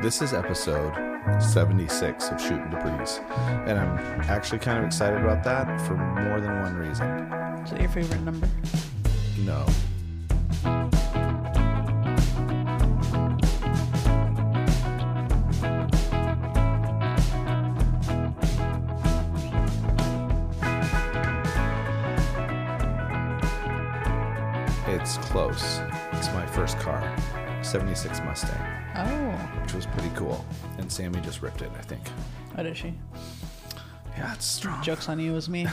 This is episode 76 of Shooting the Breeze, and I'm actually kind of excited about that for more than one reason. Is that your favorite number? No. It's close. It's my first car, 76 Mustang, Oh. which was pretty cool. And Sammy just ripped it, I think. What is she? Yeah, it's strong. Joke's on you, it was me.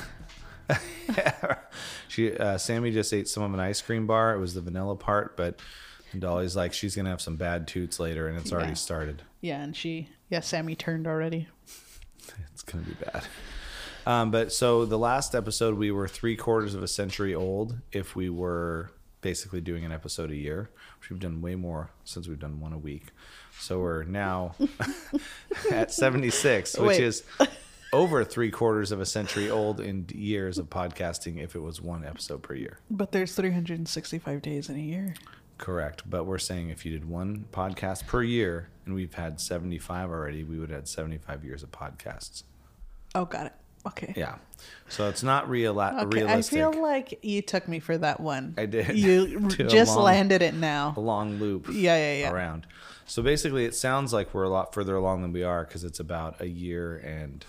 she uh, Sammy just ate some of an ice cream bar. It was the vanilla part, but Dolly's like she's gonna have some bad toots later, and it's already Yeah. started. Yeah, and she, yeah, Sammy turned already. It's gonna be bad. Um, but so the last episode, we were three quarters of a century old. If we were basically doing an episode a year, which we've done way more since we've done one a week, so we're now at seventy six, which Wait. is. Over three quarters of a century old in years of podcasting, if it was one episode per year. But there's 365 days in a year. Correct. But we're saying if you did one podcast per year and we've had 75 already, we would have had 75 years of podcasts. Oh, got it. Okay. Yeah. So it's not real- Okay, realistic. I feel like you took me for that one. I did. You r- To a just long- landed it a now. long loop Yeah, yeah, yeah. around. So basically, it sounds like we're a lot further along than we are because it's about a year and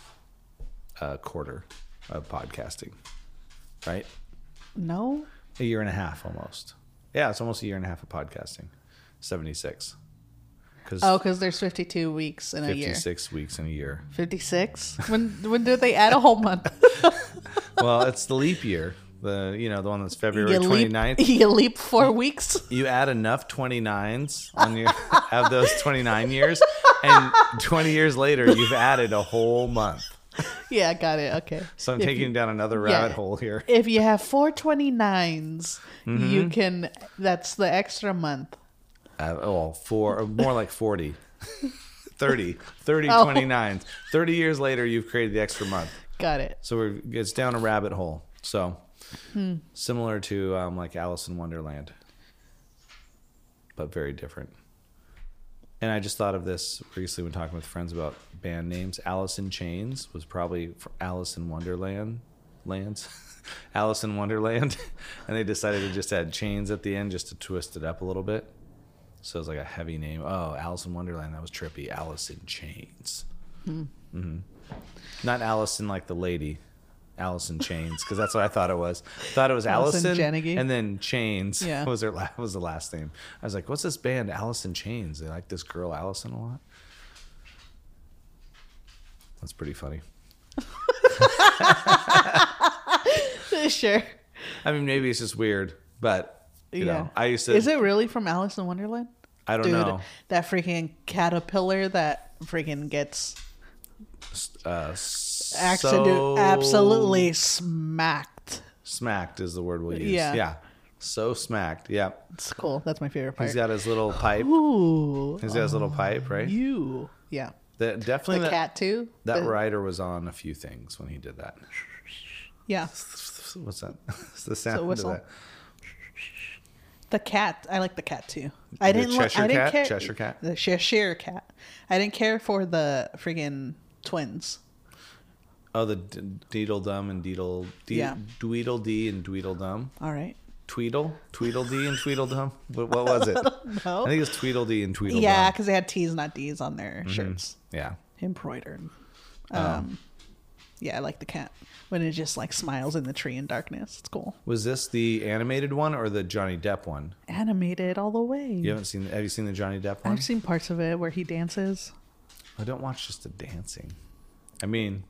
a quarter of podcasting, right? No? A year and a half almost. Yeah, it's almost a year and a half of podcasting. 76. Because Oh, because there's 52 weeks in a year. 56 weeks in a year. 56? When when did they add a whole month? well, it's the leap year. The you know the one that's February you, twenty leap, ninth. you leap four weeks? You add enough 29s on your of those 29 years and 20 years later you've added a whole month. yeah, got it. Okay. So I'm If taking you down another Yeah. rabbit hole here. if you have 429s Mm-hmm. you can that's the extra month Uh, oh, four more like 40. 30, 30 Oh. 29s. 30 years later you've created the extra month. got it So we're, it's down a rabbit hole. So Hmm. similar to um, like Alice in Wonderland, but very different. And I just thought of this recently when talking with friends about band names. Alice in Chains was probably for Alice in Wonderland lands. Alice in Wonderland, and they decided to just add chains at the end just to twist it up a little bit. So it's like a heavy name. Oh, Alice in Wonderland, that was trippy. Alice in Chains. Mm-hmm. Not Allison like the lady, Allison Chains, because that's what I thought it was. Thought it was Allison Allison, Jannegay? and then Chains Yeah. was her la- was the last name. I was like, what's this band, Allison Chains? They like this girl Allison a lot. That's pretty funny. sure I mean, maybe it's just weird, but you know, I used to. is it really from alice in wonderland I don't know. that freaking caterpillar that freaking gets Uh, s- accident- so absolutely smacked smacked is the word we'll use. Yeah. Yeah. So smacked. Yeah. it's cool that's my favorite part He's got his little pipe. ooh He's got his little pipe, right? you yeah That definitely the that- cat too That The- rider was on a few things when he did that. yeah What's that? It's the sound of whistle. that. the cat i like the cat too i The didn't li- Cheshire i didn't cat? care Cheshire cat? the cheshire cat i didn't care for the freaking twins Oh, the d- Deedledum and Deedle, de- Yeah. Dweedledee and Dweedledum, all right Tweedle, Tweedledee and Tweedledum. But what was it? I, know. think it was Tweedledee and Tweedledum. Yeah, because they had T's, not D's on their Mm-hmm. shirts, yeah. embroidered. Um, Oh. yeah, I like the cat when it just like smiles in the tree in darkness. It's cool. Was this the animated one or the Johnny Depp one? Animated all the way. You haven't seen? Have you seen the Johnny Depp one? I've seen parts of it where he dances. I don't watch just the dancing. I mean,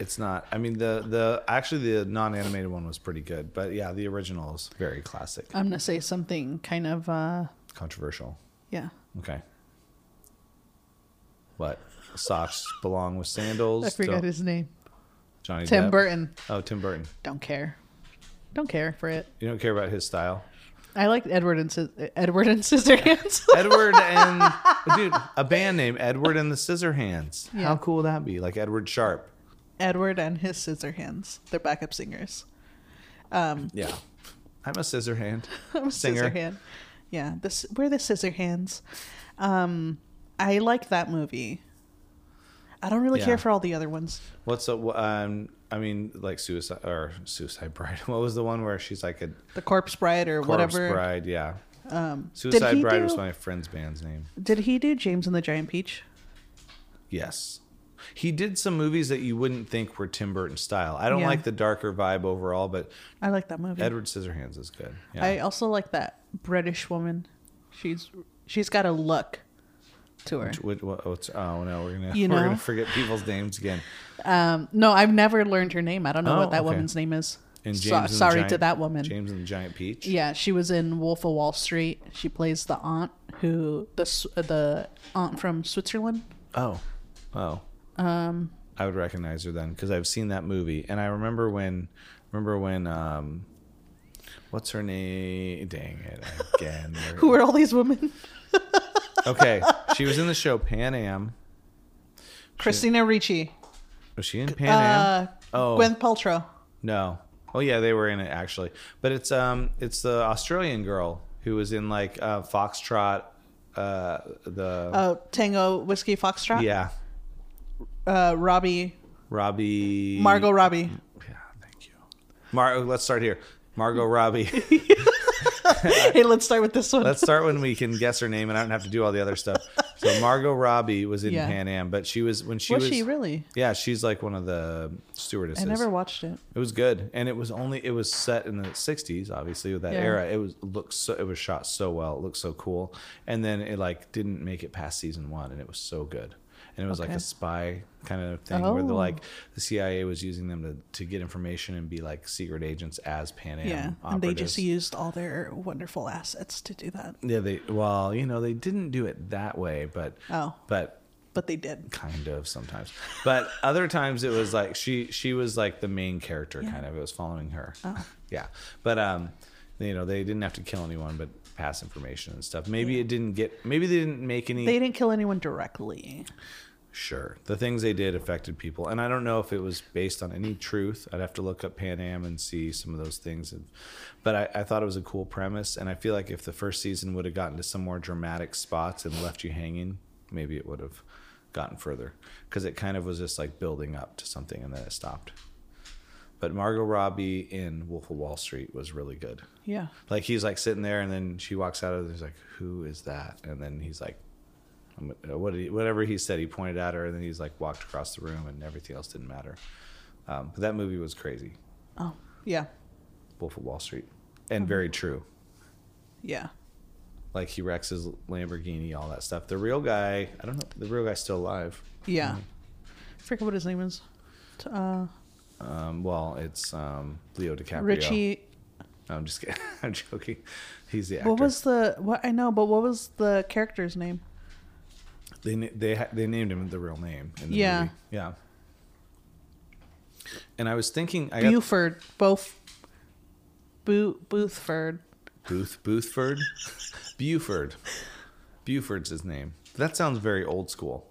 it's not. I mean, the the actually the non animated one was pretty good, but yeah, the original is very classic, I'm gonna say something kind of uh, controversial. yeah. Okay. What? Socks belong with sandals. I forgot Don't- his name. Johnny Tim Depp. Burton. Oh, Tim Burton. Don't care. Don't care for it. You don't care about his style. I like Edward and Sis- Edward and Scissorhands. Edward and dude, a band name Edward and the Scissorhands. Yeah. How cool would that be? Like Edward Sharp. Edward and his Scissorhands. They're backup singers. Yeah. I'm a scissorhand. I'm a Singer. scissor hand. Yeah, this we're the scissor hands. Um, I like that movie. I don't really Yeah. care for all the other ones. What's a wh- um? I mean, like Suicide or Suicide Bride. What was the one where she's like a The Corpse Bride or corpse whatever. bride? Yeah, Um, Suicide he Bride do, was my friend's band's name. Did he do James and the Giant Peach? Yes. He did some movies that you wouldn't think were Tim Burton style. I don't Yeah. like the darker vibe overall, but I like that movie. Edward Scissorhands is good. Yeah. I also like that British woman. She's she's got a look to her. Which- which- what- what's- oh no, we're gonna You we're know? gonna forget people's names again. Um, no, I've never learned her name. I don't know Oh, what that okay. woman's name is. And So- James and the sorry to Giant- that woman. James and the Giant Peach. Yeah, she was in Wolf of Wall Street. She plays the aunt who the S- uh, the aunt from Switzerland. Oh, oh. Um, I would recognize her then because I've seen that movie, and I remember when, remember when, um, what's her name? Dang it again. Who are all these women? okay, she was in the show Pan Am. Christina Ricci, Was she in Pan uh, Am? oh Gwen Paltrow. no. Oh yeah, they were in it actually. But it's um, it's the Australian girl who was in like uh, Foxtrot, uh, the Oh, Tango Whiskey Foxtrot. yeah, Uh, Robbie, Robbie Margot Robbie. Yeah, thank you. Mar- oh, let's start here. Margot Robbie. hey, let's start with this one. Let's start when we can guess her name and I don't have to do all the other stuff. So Margot Robbie was in Yeah. Pan Am, but she was when she was was she really? Yeah, she's like one of the I stewardesses. never watched it. it was good, and it was only it was set in the '60s, obviously with that Yeah. era. It was looked so it was shot so well, it looked so cool, and then it like didn't make it past season one, and it was so good. And it was like Okay. a spy kind of thing where they're Oh. like the CIA was using them to, to get information and be like secret agents as Pan Am. Yeah, and they just operatives. used all their wonderful assets to do that. Yeah, they well, you know, they didn't do it that way, but Oh. but But they did. kind of sometimes. But other times it was like she she was like the main character kind of. It was following her. Yeah. But um you know, they didn't have to kill anyone but pass information and stuff. Maybe it didn't get maybe they didn't make any They didn't kill anyone directly. sure. The things they did affected people. And I don't know if it was based on any truth. I'd have to look up Pan Am and see some of those things. And, but I, I thought it was a cool premise and I feel like if the first season would have gotten to some more dramatic spots and left you hanging, maybe it would have gotten further because it kind of was just like building up to something and then it stopped. But Margot Robbie in Wolf of Wall Street was really good. Yeah. Like he's like sitting there, and then she walks out of. There's like, who is that? And then he's like, I'm, uh, what? Did he, whatever he said, he pointed at her, and then he's like walked across the room, and everything else didn't matter. Um, but that movie was crazy, Oh, yeah. Wolf of Wall Street, and Mm-hmm. very true. Yeah. Like he wrecks his Lamborghini, all that stuff. The real guy, I don't know. The real guy's still alive. Yeah. Mm-hmm. forget what his name is. T- Uh, Um, well, it's um, Leo DiCaprio. Richie. No, I'm just kidding. I'm joking. He's the actor. What was the what I know, but what was the character's name? They na- they ha- they named him the real name in the Yeah. movie. Yeah. And I was thinking, I got Buford. Both. Bo- Boothford. Booth Boothford, Buford, Buford's his name. That sounds very old school.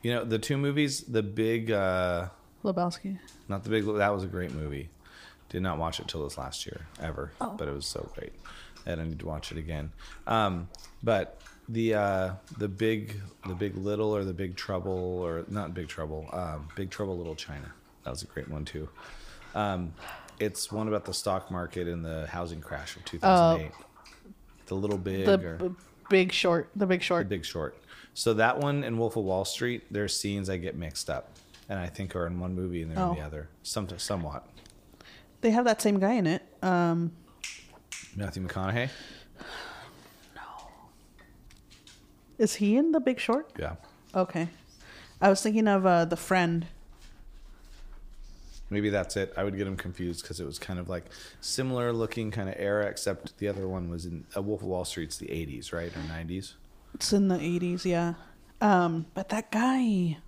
You know, the two movies, the big, uh, Lebowski. not the big. That was a great movie. Did not watch it till this last year ever, Oh. but it was so great that I need to watch it again. Um, but the uh, the big the big little or the big trouble or not big trouble um, big trouble little China that was a great one too. Um, it's one about the stock market and the housing crash of two thousand eight. the little big Oh. The or- b- big short. The big short. the Big Short. So that one and Wolf of Wall Street, there's scenes I get mixed up, and I think are in one movie and they're Oh. in the other. Some, somewhat. They have that same guy in it. Um Matthew McConaughey. is he in the big short? Yeah. Okay. I was thinking of uh the friend. Maybe that's it. I would get them confused because it was kind of like similar looking kind of era, except the other one was in uh, Wolf of Wall Street's the 80s, right? Or 90s. It's in the eighties, yeah. Um, but that guy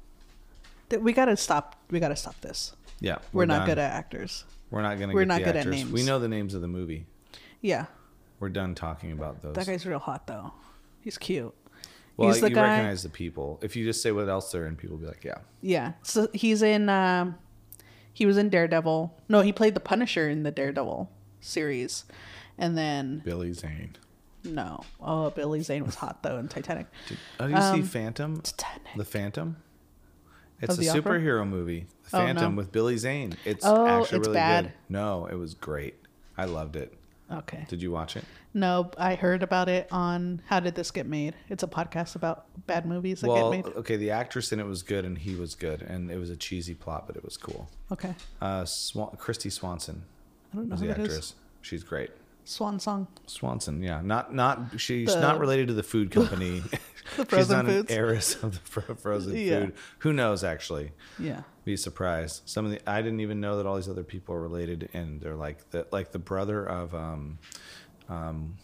that we gotta stop we gotta stop this. Yeah. We're, not done. good at actors. We're not gonna. we're get not the good at actors. names. We know the names of the movie. Yeah. We're done talking about those. That guy's real hot though. He's cute. well, he's the you guy- recognize the people. If you just say what else they're in, people will be like, yeah. Yeah. So he's in um he was in Daredevil. No, he played the Punisher in the Daredevil series. And then Billy Zane. No. Oh, Billy Zane was hot though in Titanic. Did, oh, did you see Phantom? Titanic. The Phantom. It's a Um, Of the opera? superhero movie. The Oh, Phantom no. with Billy Zane. It's Oh, actually it's really good. bad. No, it was great. I loved it. Okay. Did you watch it? No, I heard about it on How Did This Get Made? It's a podcast about bad movies that well, get made. okay. The actress in it was good, and he was good, and it was a cheesy plot, but it was cool. Okay. Uh, Swan- Christy Swanson I don't know was who the that is. actress. She's great. Swan Song. Swanson, yeah, not not she's The- not related to the food company. she's frozen not foods. an heiress of the fro- frozen Yeah. food. Who knows? Actually, Yeah. be surprised. Some of the I didn't even know that all these other people are related, and they're like the like the brother of um, um,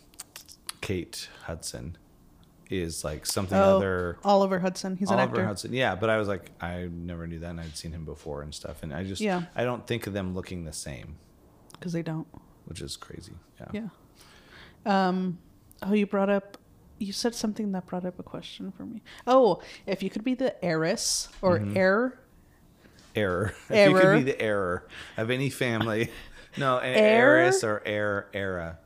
Kate Hudson is like something Oh. other Oliver Hudson. He's an Oliver actor. Hudson. Yeah, but I was like I never knew that, and I'd seen him before and stuff, and I just Yeah. I don't think of them looking the same, Because they don't. which is crazy. Yeah. Yeah. Um, oh, you brought up. You said something that brought up a question for me. Oh, if you could be the heiress or Mm-hmm. heir, error. If you could Error. be the error of any family. No, an Error? heiress or heir era.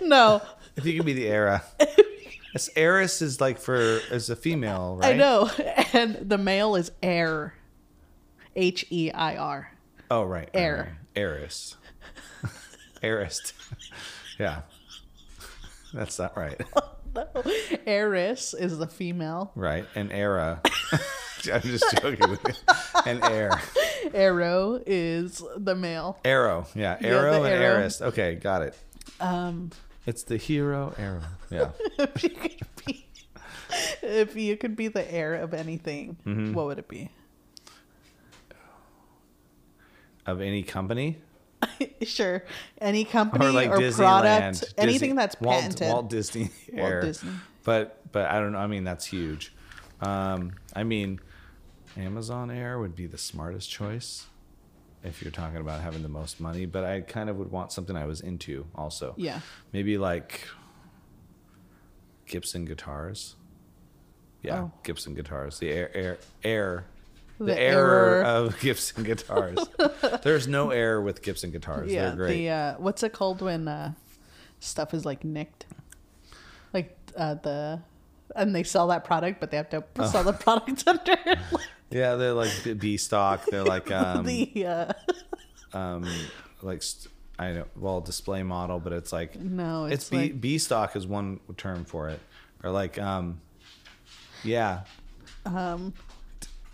no, If you could be the era. This heiress is like for as a female, right? I know, and the male is heir, H E I R. Oh right. right, Heir. right. Heiress. Heiress. yeah. That's not right. No, heiress is the female. Right. An era. I'm just joking with you. An heir. Arrow is the male. Arrow. Yeah. Arrow and arrow. heiress. Okay, got it. Um, It's the hero arrow. Yeah. if you could be, if you could be the heir of anything, Mm-hmm. what would it be? of any company. sure, any company or or, like Disneyland, product, Disney- anything that's patented. Walt, Walt Disney Walt Air. Disney. But but I don't know. I mean, that's huge. Um, I mean, Amazon Air would be the smartest choice if you're talking about having the most money. But I kind of would want something I was into also. Yeah. Maybe like Gibson guitars. Yeah, Oh. Gibson guitars. The air air air. The, The error error. of Gibson guitars. There's no error with Gibson guitars. yeah, They're great. the uh, what's it called when uh, stuff is like nicked, like uh, the, and they sell that product, but they have Oh. to sell the product under Yeah, they're like B- B stock. They're like um, the uh, um like st- I know well display model, but it's like no, it's, it's, B like, B stock is one term for it, or like um yeah um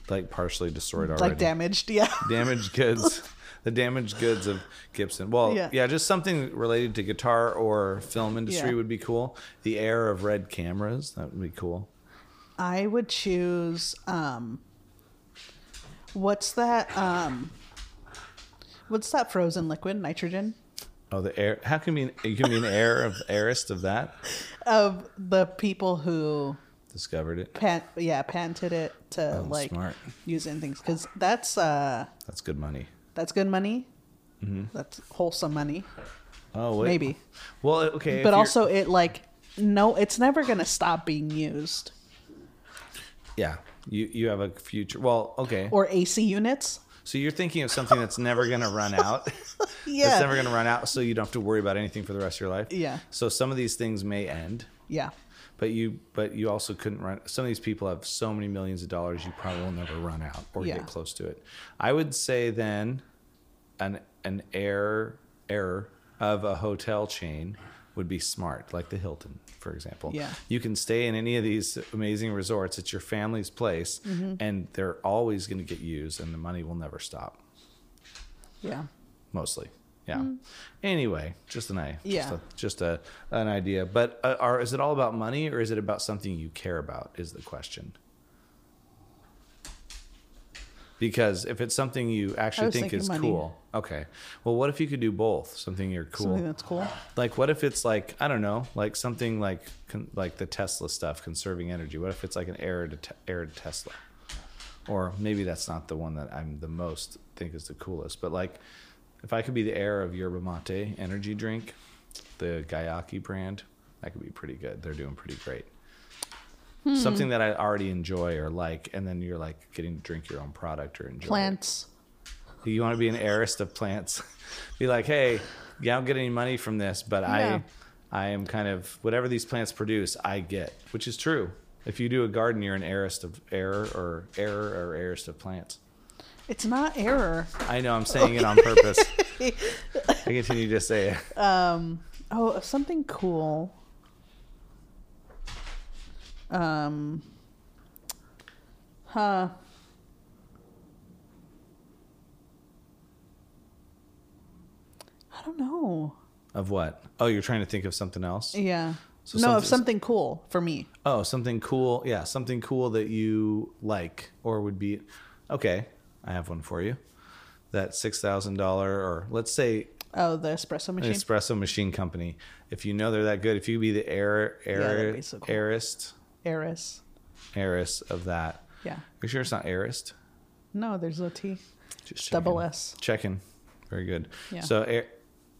like partially destroyed already. like damaged. Yeah, damaged goods. The damaged goods of Gibson. Well, yeah. Yeah. just something related to guitar or film industry Yeah. would be cool. The air of red cameras, that would be cool. I would choose um what's that um what's that frozen liquid nitrogen Oh, the air. How can you be? You can be an heir of heiress of that. of the people who Discovered it. pant yeah panted it to Oh, like smart. use it in things cuz that's uh That's good money. that's good money. Mm-hmm. That's wholesome money. Oh, wait. Maybe. Well, okay. if but you're- also it like no it's never going to stop being used yeah, you you have a future. Well, okay. or AC units. so you're thinking of something that's never going to run out. Yeah. That's never going to run out, so you don't have to worry about anything for the rest of your life. Yeah. So some of these things may end, yeah. but you but you also couldn't run. Some of these people have so many millions of dollars, you probably will never run out or Yeah. get close to it. I would say then, an an error error of a hotel chain would be smart, like the Hilton, for example. Yeah. You can stay in any of these amazing resorts. It's your family's place, Mm-hmm. and they're always going to get used, and the money will never stop. Yeah. Mostly, yeah. Anyway, just an I, Mm-hmm. Yeah. just, a, just a an idea. But uh, are is it all about money, or is it about something you care about? Is the question. Because if it's something you actually was think thinking is money. cool, okay. Well, what if you could do both? Something you're cool Something that's cool. like what if it's like i don't know like something like con- like the tesla stuff conserving energy what if it's like an error to, te- error to tesla or maybe that's not the one that i'm the most think is the coolest but like if i could be the heir of yerba mate energy drink the gayaki brand that could be pretty good they're doing pretty great something that i already enjoy or like and then you're like getting to drink your own product or enjoy it. Plants. You want to be an heiress of plants. be like, hey, yeah, I don't get any money from this, but Yeah. I, I am kind of whatever these plants produce, I get, which is true. If you do a garden, you're an heiress of heir or heir or heiress of plants. It's not error. I know I'm saying it on purpose. I continue to say it. Oh, something cool. Um. Huh. I don't know. Of what? Oh, you're trying to think of something else? Yeah. So no, something- of something cool for me. Oh, something cool. Yeah, something cool that you like or would be. Okay, I have one for you. That $6,000 or let's say Oh, the espresso an machine. espresso machine company. If you know they're that good, if you could be the heir, heir, that'd be so cool. heiress, Eris. heiress of that. Yeah. Are you sure it's not heiress? No, there's no T. Just Double checking. S. Checking. Very good. Yeah. So heir,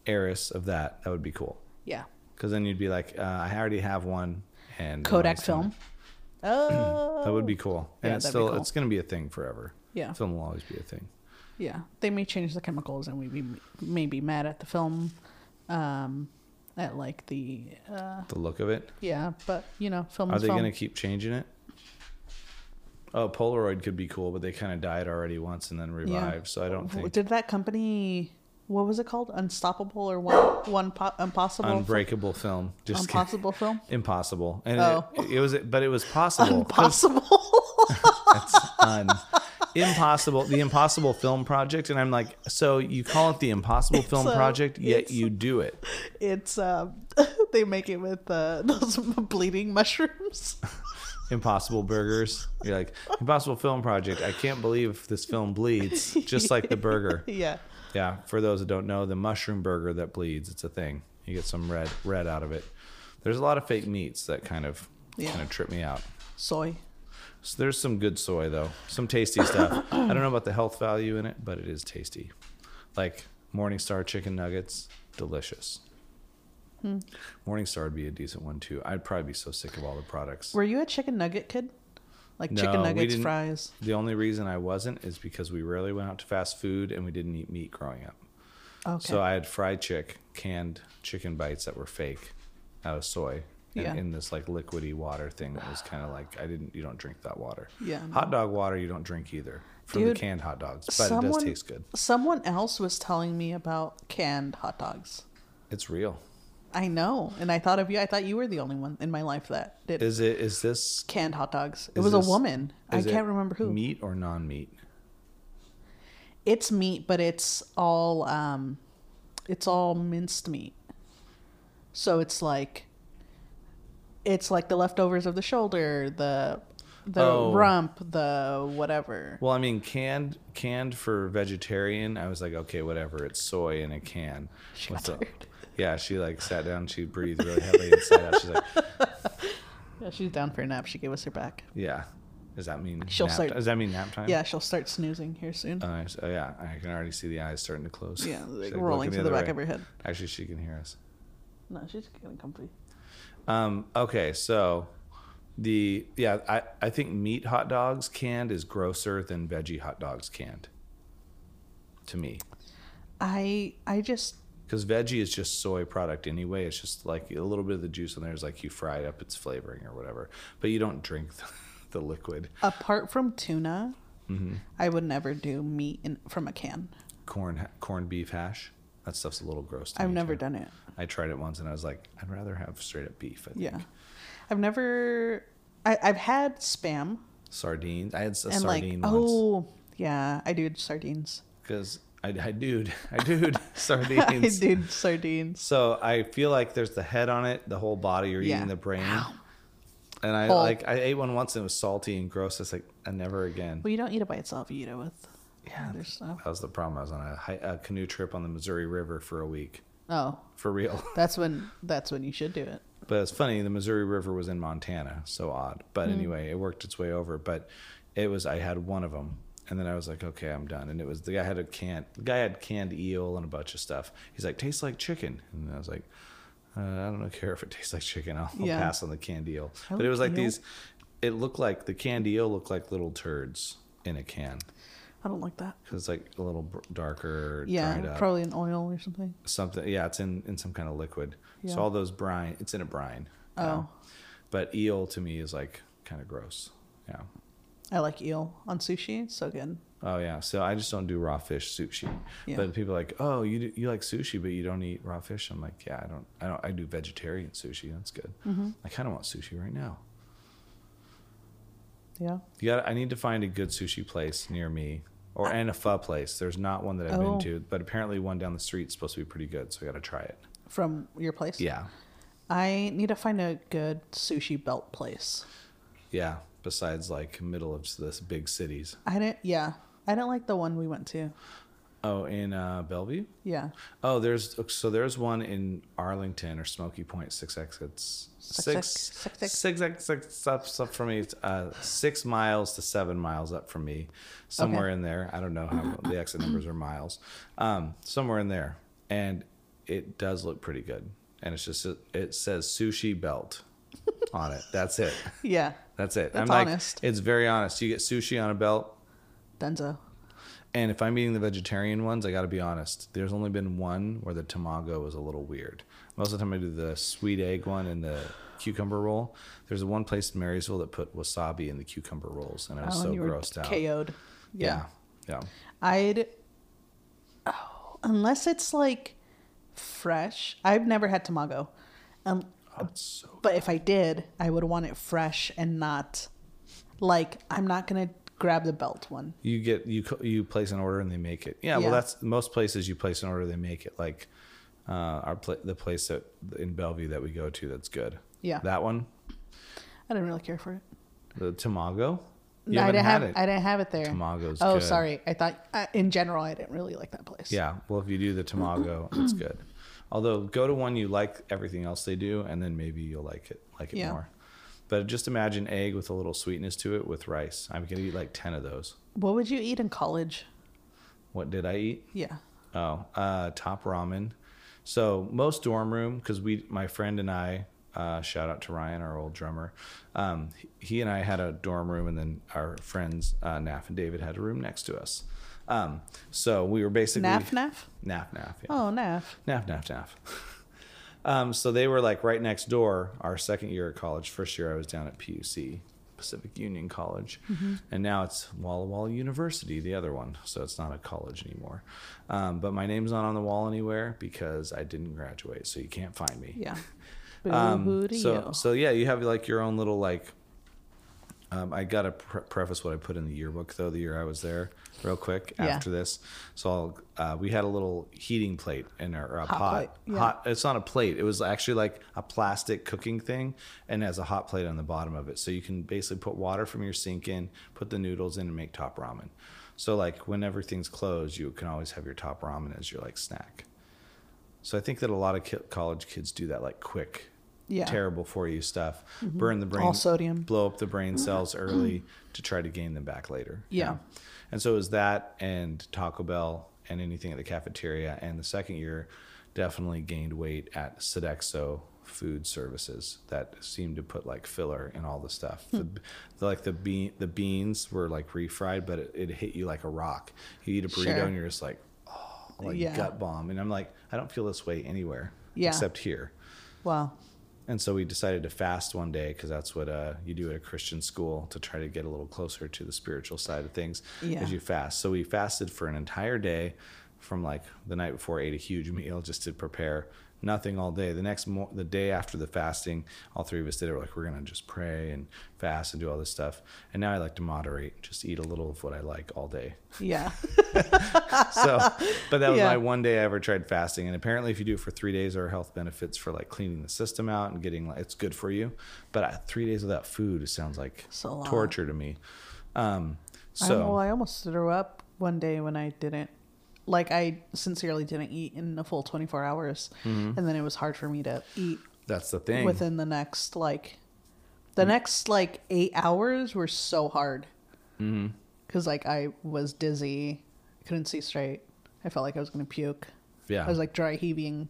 heiress of that. That would be cool. Yeah. Because then you'd be like, uh, I already have one. And Kodak film. Oh. That would be cool. And Yeah, it's that'd be still cool. it's going to be a thing forever. Yeah. Film will always be a thing. Yeah, they may change the chemicals, and we be may be mad at the film, um, at like the uh, The look of it. yeah, but you know, film Are is they film. going to keep changing it? Oh, Polaroid could be cool, but they kind of died already once and then revived. So I don't W- think Did that company, what was it called, Unstoppable or one one po- impossible? unbreakable film. Just kidding. Impossible film. Impossible. And Oh. it, it was but it was possible. 'cause Impossible. It's un impossible. The impossible film project and I'm like, so you call it the impossible film a- project, yet it's- you do it. it's um, they make it with uh, those bleeding mushrooms. Impossible Burgers. You're like, Impossible Film Project. I can't believe this film bleeds, just like the burger. yeah, Yeah, for those that don't know, the mushroom burger that bleeds, it's a thing. You get some red red out of it. There's a lot of fake meats that kind of Yeah. kind of trip me out. soy. So there's some good soy though. Some tasty stuff. I don't know about the health value in it, but it is tasty. Like Morningstar chicken nuggets, delicious. Morningstar would be a decent one too. I'd probably be so sick of all the products. Were you a chicken nugget kid? Like chicken No, we nuggets, didn't- fries. The only reason I wasn't is because we rarely went out to fast food and we didn't eat meat growing up. Okay. So I had fried chick, canned chicken bites that were fake out of soy and Yeah. in this like liquidy water thing that was kind of like I didn't you don't drink that water. Yeah, no. Hot dog water you don't drink either from Dude, the canned hot dogs, but it does taste good. Someone else was telling me about canned hot dogs. It's real. I know, and I thought of you. I thought you were the only one in my life that did Is it is this canned hot dogs. It is was a this- woman. I is it can't remember who. Meat or non-meat? It's meat, but it's all um, it's all minced meat. So it's like, it's like the leftovers of the shoulder, the the Oh. rump, the whatever. Well, I mean, canned canned for vegetarian. I was like, okay, whatever. It's soy in a can. She got up? tired. Yeah, she like sat down. She breathed really heavily and sat out. She's like, Yeah, she's down for a nap. She gave us her back. yeah. Does that mean She'll nap, start- Does that mean nap time? Yeah, she'll start snoozing here soon. Oh, I s- oh, yeah, I can already see the eyes starting to close. Yeah, She's, like looking rolling to the other back way. of her head. Actually, she can hear us. No, she's getting comfy. Um, okay, so the yeah, I, I think meat hot dogs canned is grosser than veggie hot dogs canned. To me, I I just because veggie is just soy product anyway. It's just like a little bit of the juice in there is like you fried up its flavoring or whatever, but you don't drink the, the liquid. apart from tuna, Mm-hmm. I would never do meat in, from a can. Corn ha- corned beef hash. That stuff's a little gross. To I've me, never too. done it. I tried it once and I was like, I'd rather have straight up beef. I think. Yeah, I've never. I, I've had spam sardines. I had a and like sardine once oh yeah, I do sardines. because I, I dude, I dude I sardines. do sardines. So I feel like there's the head on it, the whole body. You're Yeah. eating the brain. And I Whole. like I ate one once and it was salty and gross. It's like I never again. Well, you don't eat it by itself. You eat it with yeah, other stuff. That was the problem. I was on a, hi- a canoe trip on the Missouri River for a week, Oh, for real. that's when that's when you should do it. But it's funny, the Missouri River was in Montana, so odd. Hmm. But anyway, it worked its way over. But it was I had one of them, and then I was like, okay, I'm done. And it was the guy had a canned the guy had canned eel and a bunch of stuff. He's like, tastes like chicken, and I was like, uh, I don't care if it tastes like chicken. I'll, I'll Yeah. pass on the canned eel. I but it like was like eel. these. It looked like the canned eel looked like little turds in a can. I don't like that. because it's like a little br- darker, dried Yeah, up. probably an oil or something. something. Yeah, it's in in some kind of liquid. Yeah. Oh. So all those brine, it's in a brine. you know? But eel to me is like kind of gross. Yeah. I like eel on sushi. It's so good. Oh yeah. So I just don't do raw fish sushi. Yeah. But people are like, oh, you do, you like sushi, but you don't eat raw fish. I'm like, yeah, I don't. I don't. I do vegetarian sushi. That's good. Mm-hmm. I kind of want sushi right now. Yeah. You got. I need to find a good sushi place near me, or and a pho place. There's not one that I've Oh. been to, but apparently one down the street's supposed to be pretty good. So I got to try it. From your place? Yeah. I need to find a good sushi belt place. Yeah. Besides like middle of this big cities. I didn't, yeah. I didn't like the one we went to. Oh, in uh, Bellevue. Yeah. Oh, there's so there's one in Arlington or Smoky Point, six exits, six six- six six- six exits up, up from me, uh, six miles to seven miles up from me, somewhere Okay. in there. I don't know how the exit numbers are miles, um, somewhere in there, and it does look pretty good. And it's just it says sushi belt on it. That's it. Yeah. That's it. That's I'm like, honest. it's very honest. You get sushi on a belt. Dunzo. And if I'm eating the vegetarian ones, I got to be honest. There's only been one where the tamago was a little weird. Most of the time, I do the sweet egg one and the cucumber roll. There's one place in Marysville that put wasabi in the cucumber rolls, and I was Oh, so and you were grossed out. KO'd. Yeah, yeah. I'd oh, unless it's like fresh. I've never had tamago. Um, Oh, it's so but if I did, I would want it fresh and not like I'm not gonna grab the belt one. you get you co- you place an order and they make it. Yeah, Yeah. well, that's most places you place an order they make it. Like uh, our pla the place that in Bellevue that we go to that's good. Yeah. that one, I didn't really care for it. the tamago. You No, I haven't didn't had have it. I didn't have it there. Tamago's Oh, good. sorry. I thought uh, in general I didn't really like that place. Yeah. Well, if you do the tamago, it's good. Although go to one you like everything else they do, and then maybe you'll like it like it Yeah. more. But just imagine egg with a little sweetness to it with rice. I'm gonna eat like ten of those. What would you eat in college? What did I eat? Yeah. Oh, uh, top ramen. So most dorm room because we, my friend and I, uh, shout out to Ryan, our old drummer. Um, he- he and I had a dorm room, and then our friends uh, Naf and David had a room next to us. Um, so we were basically Naf naf. Naf Naf. Yeah. Oh, naf. Nap, nap, nap. um, so they were like right next door. Our second year at college, first year I was down at PUC, Pacific Union College, and now it's Walla Walla University, the other one. So it's not a college anymore. Um, but my name's not on the wall anywhere because I didn't graduate, so you can't find me. Yeah. Um, Boo to so you. so yeah, you have like your own little like. Um, I gotta pre- preface what I put in the yearbook though the year I was there, real quick Yeah. after this. So I'll, uh, we had a little heating plate in our uh, Hot pot. plate, yeah. Hot. It's not a plate. It was actually like a plastic cooking thing, and has a hot plate on the bottom of it. So you can basically put water from your sink in, put the noodles in, and make top ramen. So like when everything's closed, you can always have your top ramen as your like snack. So I think that a lot of ki- college kids do that, like quick, Yeah. Mm-hmm. terrible for you stuff, burn the brain, All sodium. Mm-hmm. blow up the brain cells early to try to gain them back later. you Yeah. know? And so it was that and Taco Bell and anything at the cafeteria. And the second year, definitely gained weight at Sodexo Food Services that seemed to put like filler in all the stuff. Hmm. The, the- like the bean, the beans were like refried, but it, it hit you like a rock. You eat a burrito Sure. and you're just like, oh, like Yeah. gut bomb. And I'm like, I don't feel this way anywhere Yeah. except here. Wow. And so we decided to fast one day because that's what uh, you do at a Christian school to try to get a little closer to the spiritual side of things Yeah. as you fast. So we fasted for an entire day from like the night before, ate a huge meal just to prepare. Nothing all day. The next mo- the day after the fasting, all three of us did it. We're like, we're gonna just pray and fast and do all this stuff. And now I like to moderate, just eat a little of what I like all day Yeah. so but that was Yeah. my one day i ever tried fasting and apparently if you do it for three days there are health benefits for like cleaning the system out and getting like it's good for you but uh, three days without food sounds like It's a lot. torture to me um I, well, so I almost threw up one day when I didn't, like, I sincerely didn't eat in a full 24 hours. Mm-hmm. And then it was hard for me to eat that's the thing within the next, like, the Mm. next, like, eight hours were so hard. Mm-hmm. Because, like, I was dizzy, couldn't see straight. I felt like I was going to puke. yeah I was, like, dry heaving.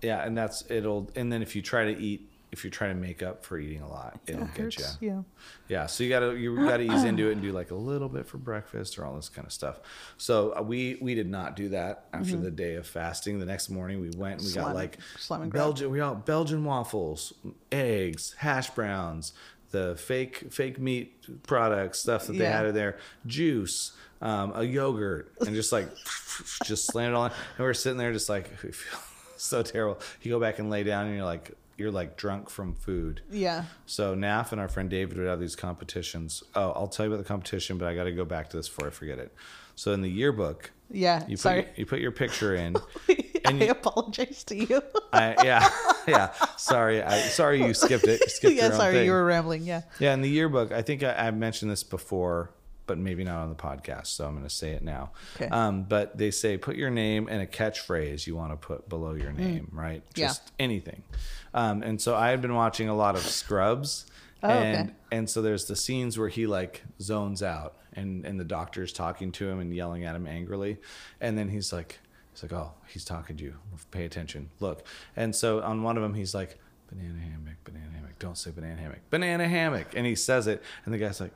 yeah and that's it'll and then if you try to eat if you're trying to make up for eating a lot, it'll It get you. hurts, Yeah. Yeah, so you gotta you gotta ease into it and do like a little bit for breakfast or all this kind of stuff. So uh, we we did not do that after Mm-hmm. the day of fasting. The next morning we went and we Slam got and- like slam and grab. Belgian we all Belgian waffles, eggs, hash browns, the fake fake meat products stuff that they Yeah. had in there, juice, um, a yogurt, and just like just slammed it all. In. And we were sitting there just like we feel so terrible. You go back and lay down and you're like you're like drunk from food. Yeah. So Naf and our friend David would have these competitions. Oh, I'll tell you about the competition, but I got to go back to this before I forget it. So in the yearbook, Yeah. you Sorry. put you put your picture in. and I you- apologize to you. I, yeah, yeah. Sorry, I, sorry you skipped it. You skipped yeah. your own Sorry. thing. You were rambling. Yeah. Yeah, in the yearbook, I think I, I mentioned this before, but maybe not on the podcast, so I'm going to say it now. Okay. Um, but they say put your name and a catchphrase you want to put below your name, right? Mm. Yeah. Just anything. Um, and so I had been watching a lot of Scrubs. Oh, okay. and and so there's the scenes where he like zones out and and the doctor's talking to him and yelling at him angrily and then he's like he's like oh he's talking to you pay attention look and so on one of them he's like banana hammock banana hammock don't say banana hammock banana hammock and he says it and the guy's like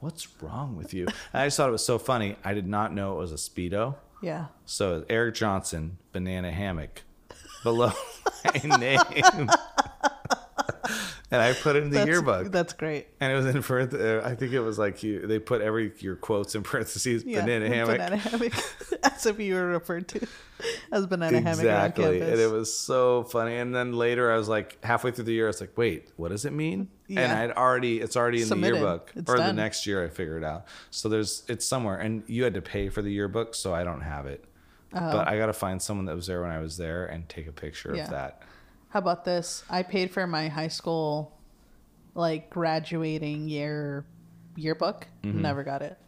what's wrong with you and i just thought it was so funny i did not know it was a speedo Yeah. so Eric Johnson, banana hammock, below my name, and I put it in the That's, yearbook, That's great. and it was in parentheses. I think it was like you, they put every your quotes in parentheses. Yeah, banana hammock, Banana hammock. as if you were referred to as banana hammock. exactly. on campus. And it was so funny. And then later, I was like halfway through the year, I was like, wait, what does it mean? And Yeah. I'd already it's already in Submitted. the yearbook, It's or the done. next year I figured it out. So there's it's somewhere, and you had to pay for the yearbook, so I don't have it. But I got to find someone that was there when I was there and take a picture Oh. Yeah. of that. How about this? I paid for my high school, like graduating year yearbook. Mm-hmm. Never got it.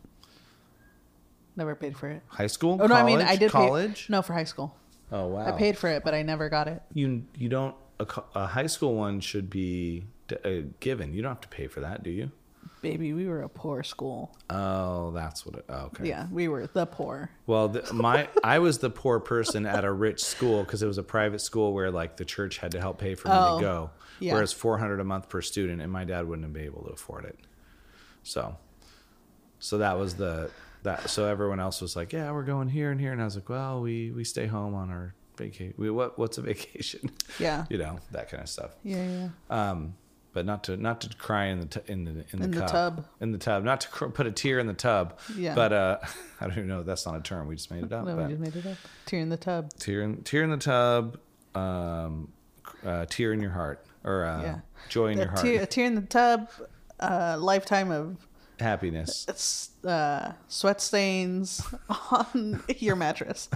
Never paid for it. High school? Oh no, college? I mean I did college. Pay, no, for high school, Oh wow! I paid for it, but I never got it. you. You don't a, co- a high school one should be d- uh, given. You don't have to pay for that, do you? Baby, we were a poor school. Oh, that's what. It, oh, okay. Yeah, we were the poor. Well, the, my I was the poor person at a rich school because it was a private school where like the church had to help pay for me Oh, to go, yeah. whereas four hundred a month per student, and my dad wouldn't have been able to afford it. So, so that was the that. So everyone else was like, "Yeah, we're going here and here," and I was like, "Well, we we stay home on our vacation. We what what's a vacation? Yeah. you know that kind of stuff. Yeah, yeah. Um, but not to not to cry in the t- in the in the, In the cup. tub. in the tub, not to cr- put a tear in the tub. Yeah. But uh, I don't even know. if That's not a term. We just made it up. No, but we just made it up. Tear in the tub. tear in tear in the tub, um, c- uh, tear in your heart or uh, Yeah. joy in a, your heart, tear, a tear in the tub. A lifetime of happiness. s- uh, sweat stains on your mattress.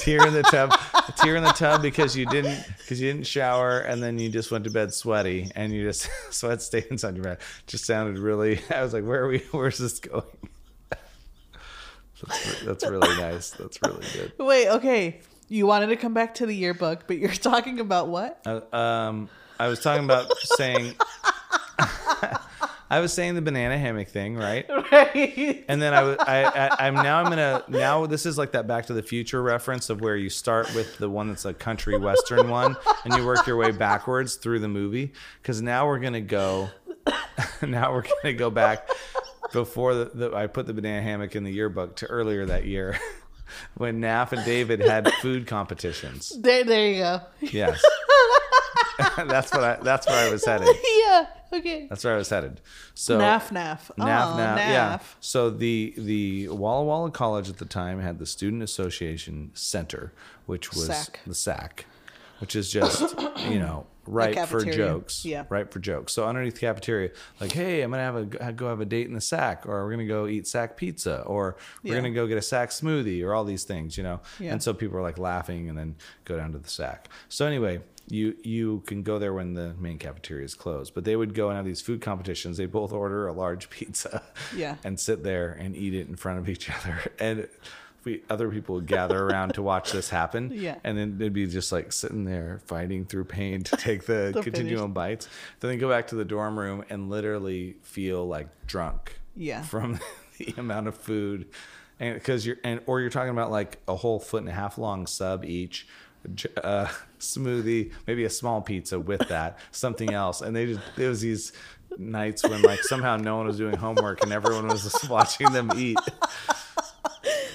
tear in the tub, tear in the tub because you didn't because you didn't shower and then you just went to bed sweaty and you just sweat stains on your back. Just sounded really. I was like, where are we? Where's this going? That's, re- that's really nice. That's really good. Wait, okay. You wanted to come back to the yearbook, but you're talking about what? Uh, um, I was talking about saying. I was saying the banana hammock thing, right? Right. And then I, w- I, I, am now I'm gonna now this is like that Back to the Future reference of where you start with the one that's a country western one, and you work your way backwards through the movie. Because now we're gonna go, now we're gonna go back before the, the I put the banana hammock in the yearbook to earlier that year when Naf and David had food competitions. There, there you go. Yes, that's what I that's where I was headed. yeah. Okay. That's where I was headed. So Naf naf. Oh, Nav, nav, yeah. naf. So the the Walla Walla College at the time had the Student Association Center, which was SAC. the SAC, which is just you know right for cafeteria. jokes, Yeah. right for jokes. So underneath the cafeteria, like, hey, I'm gonna have a go have a date in the SAC, or we're gonna go eat SAC pizza, or we're Yeah. gonna go get a SAC smoothie, or all these things, you know. Yeah. And so people are like laughing, and then go down to the SAC. So anyway. You you can go there when the main cafeteria is closed, but they would go and have these food competitions. They both order a large pizza, Yeah. and sit there and eat it in front of each other. And we other people would gather around to watch this happen. Yeah. And then they'd be just like sitting there fighting through pain to take the continuum bites. Then they go back to the dorm room and literally feel like drunk. Yeah. From the amount of food. And because you're and or you're talking about like a whole foot and a half long sub each j- uh, smoothie, maybe a small pizza with that, something else. And they just, it was these nights when like somehow no one was doing homework and everyone was just watching them eat.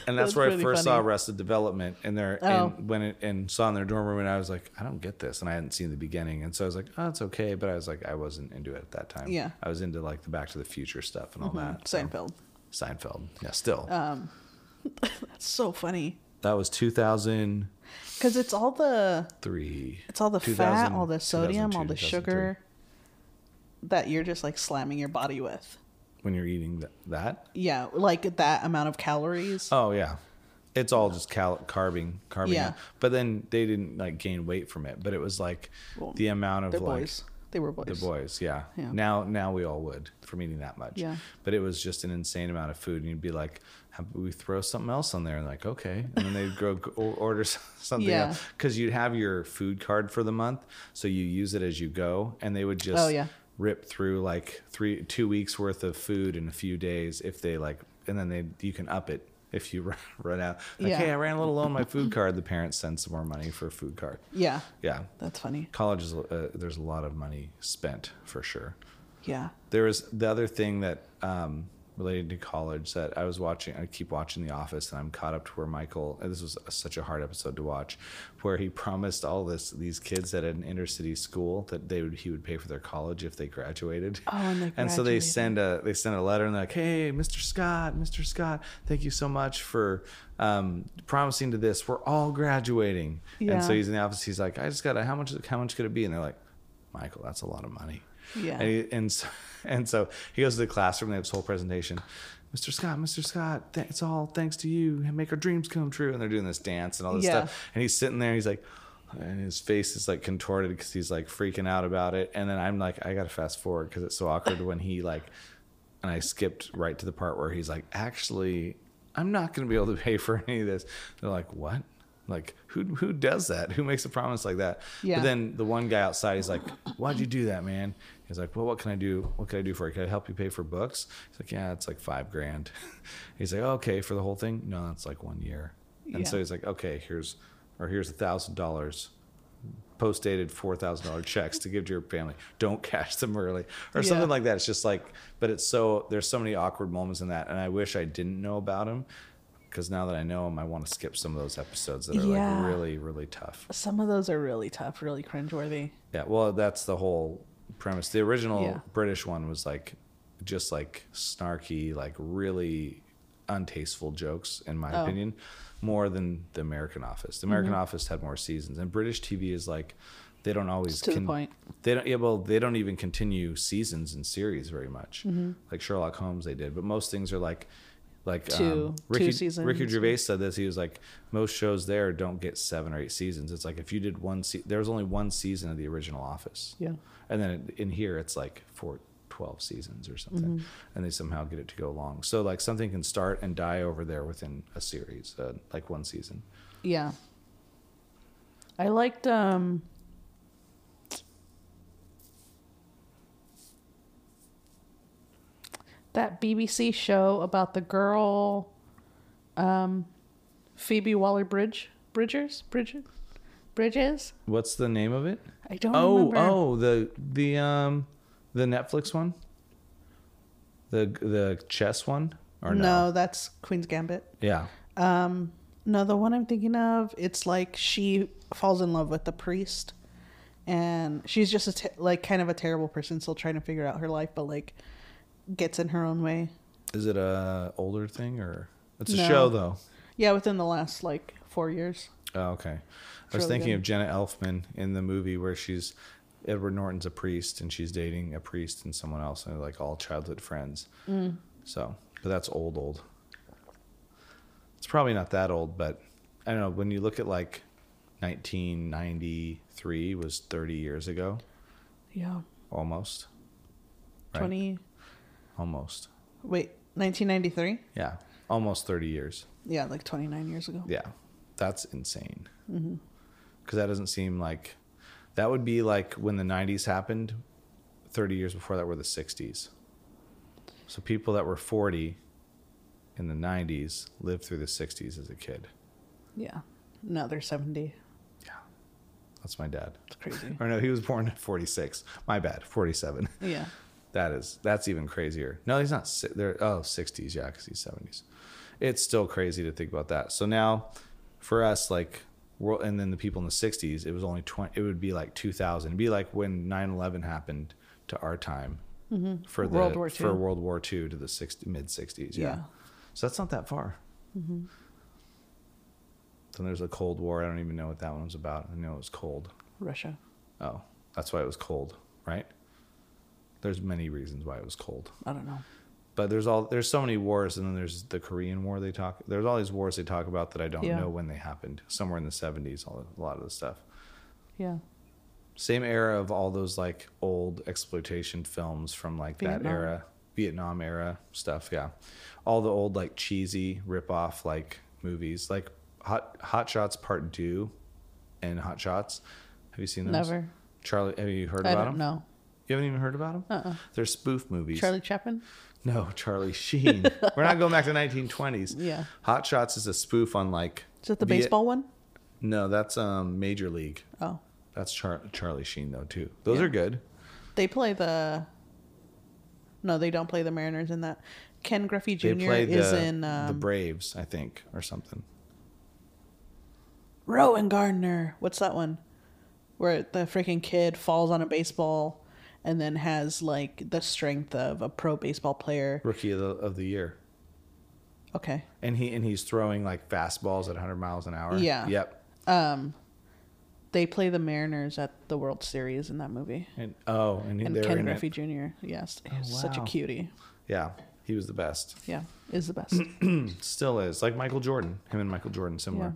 And that's, That's where I really first funny. saw Arrested Development, and there Oh. and when it, and saw in their dorm room, and I was like, I don't get this, and I hadn't seen the beginning, and so I was like, oh, it's okay, but I was like, I wasn't into it at that time. Yeah. Mm-hmm. I was into like the Back to the Future stuff and all that. so- Seinfeld. Uh. Seinfeld. Yeah, still. That's so funny that was 2003. because it's all the it's all the fat, 2000 all the sodium, all 2002, the sugar that you're just like slamming your body with. When you're eating th- that. Yeah, like that amount of calories. Oh, yeah. It's all just cal- carbing, carbing. Yeah. out. But then they didn't like gain weight from it, but it was like Well, the amount of They're like boys. They were boys. the boys, yeah. Yeah. Now, now we all would from eating that much. Yeah. But it was just an insane amount of food, and you'd be like, "How about we throw something else on there?" And like, okay, and then they'd go go order something Yeah. else because you'd have your food card for the month, so you use it as you go, and they would just Oh, yeah. rip through like three two weeks worth of food in a few days if they like, and then they you can up it. If you run- run out, like, Yeah. hey, I ran a little low on my food card. The parents send some more money for a food card. Yeah, Yeah, that's funny. college is uh, there's a lot of money spent for sure Yeah. there was the other thing that um, related to college that I was watching. I keep watching The Office, and I'm caught up to where Michael. And this was such a hard episode to watch, where he promised all this these kids at an inner city school that they would he would pay for their college if they graduated. Oh, and they so they graduated. send a they send a letter and they're like, hey, Mr. Scott, Mr. Scott, thank you so much for um, promising to this. We're all graduating, and so Yeah. he's in the office. He's like, I just got to how much how much could it be? And they're like, Michael, that's a lot of money. Yeah. And, he, and, so, and so he goes to the classroom, they have this whole presentation. Mr. Scott, Mr. Scott, th- it's all thanks to you. and Make our dreams come true. And they're doing this dance and all this Yeah. stuff. And he's sitting there, he's like, and his face is like contorted because he's like freaking out about it. And then I'm like, I got to fast forward because it's so awkward when he like, and I skipped right to the part where he's like, actually, I'm not going to be able to pay for any of this. They're like, what? Like who who does that? Who makes a promise like that? Yeah. But then and the one guy outside he's like why'd you do that man he's like well what can i do what can i do for you can i help you pay for books he's like yeah it's like five grand he's like okay for the whole thing no that's like one year and so Yeah. he's like okay here's or here's a thousand dollars post dated four thousand dollar checks to give to your family. Don't cash them early or Yeah. something like that. It's just like, but it's so there's so many awkward moments in that, and I wish I didn't know about them because now that I know them, I want to skip some of those episodes that are Yeah. like really really tough. Some of those are really tough, really cringeworthy. Yeah, well, that's the whole premise. The original Yeah. British one was like just like snarky, like really untasteful jokes, in my Oh. Mm-hmm. opinion, more than the American Office. The American Office had more seasons, and British TV is like they don't always to the point. They don't. Yeah, well, they don't even continue seasons and series very much. Like Sherlock Holmes, they did, but most things are like. Like Mm-hmm. Two- um, two Ricky, Ricky seasons. Gervais said this. He was like, most shows there don't get seven or eight seasons. It's like if you did one, se- there was only one season of the original Office. Yeah. And then it, in here, it's like four, 12 seasons or something. Mm-hmm. And they somehow get it to go long. So like something can start and die over there within a series, uh, like one season. Yeah. I liked um that BBC show about the girl um Phoebe Waller Bridge Bridgers? Bridges? Bridges? What's the name of it? I don't oh, remember. oh, the, the, um, the Netflix one, the, the chess one or no? no, that's Queen's Gambit. Yeah. No, the one I'm thinking of, it's like she falls in love with the priest, and she's just a te- like kind of a terrible person, still trying to figure out her life, but like gets in her own way. Is it a older thing or it's a No. show though? Yeah, within the last like four years. Oh, okay. I was really thinking good. of Jenna Elfman in the movie where she's Edward Norton's a priest and she's dating a priest and someone else and they're like all childhood friends. Mm. So, but that's old, old. It's probably not that old, but I don't know. When you look at like 1993 was 30 years ago, Yeah, almost, Right. twenty. almost. Wait, 1993. Yeah, almost 30 years. Yeah, like 29 years ago. Yeah, that's insane. Because that doesn't seem like that would be like when the '90s happened. Thirty years before that were the '60s. So people that were 40 in the '90s lived through the '60s as a kid. Yeah. No, they're 70. Yeah, That's my dad. It's crazy. Or no, he was born in 46. My bad, 47. Yeah. That is that's even crazier. No, he's not. si- They're oh 60s, yeah, because he's 70s. It's still crazy to think about that. So now, for us, like, world, and then the people in the 60s, it was only 20. It would be like 2000. It'd be like when 9/11 happened to our time for the Mm-hmm. World War for II. World War II to the 60 mid 60s. Yeah. Yeah. Mm-hmm. so that's not that far. Then there's the Cold War. I don't even know what that one was about. I know it was cold. Russia. Oh, that's why it was cold, right? There's many reasons why it was cold. I don't know. But there's all there's so many wars and then there's the Korean War they talk there's all these wars they talk about that I don't Yeah. know when they happened. Somewhere in the 70s all, a lot of the stuff. Yeah. Same era of all those like old exploitation films from like that Vietnam. era, Vietnam era stuff, yeah. All the old like cheesy rip-off like movies like Hot Hot Shots Part 2 and Hot Shots. Have you seen those? Never. Charlie, have you heard I about don't them? know. You haven't even heard about them? Uh-uh. They're spoof movies. Charlie Chaplin? No, Charlie Sheen. We're not going back to 1920s. Yeah. Hot Shots is a spoof on like. Is that the Viet- baseball one? No, that's um Major League. Oh. That's Char- Charlie Sheen though too. Those Yeah. are good. They play the. No, they don't play the Mariners in that. Ken Griffey Jr. They play the, is in the um, Braves, I think, or something. Rowan Gardner. What's that one? Where the freaking kid falls on a baseball and then has like the strength of a pro baseball player. Rookie of the, of the year. Okay. And he and he's throwing like fastballs at 100 miles an hour. Yeah. Yep. They play the Mariners at the World Series in that movie. And oh, and, And they're Ken in it. Griffey Jr. Yes. He's such a wow. cutie. Yeah, he was the best. Yeah. Is the best. Still is like Michael Jordan. Him and Michael Jordan similar.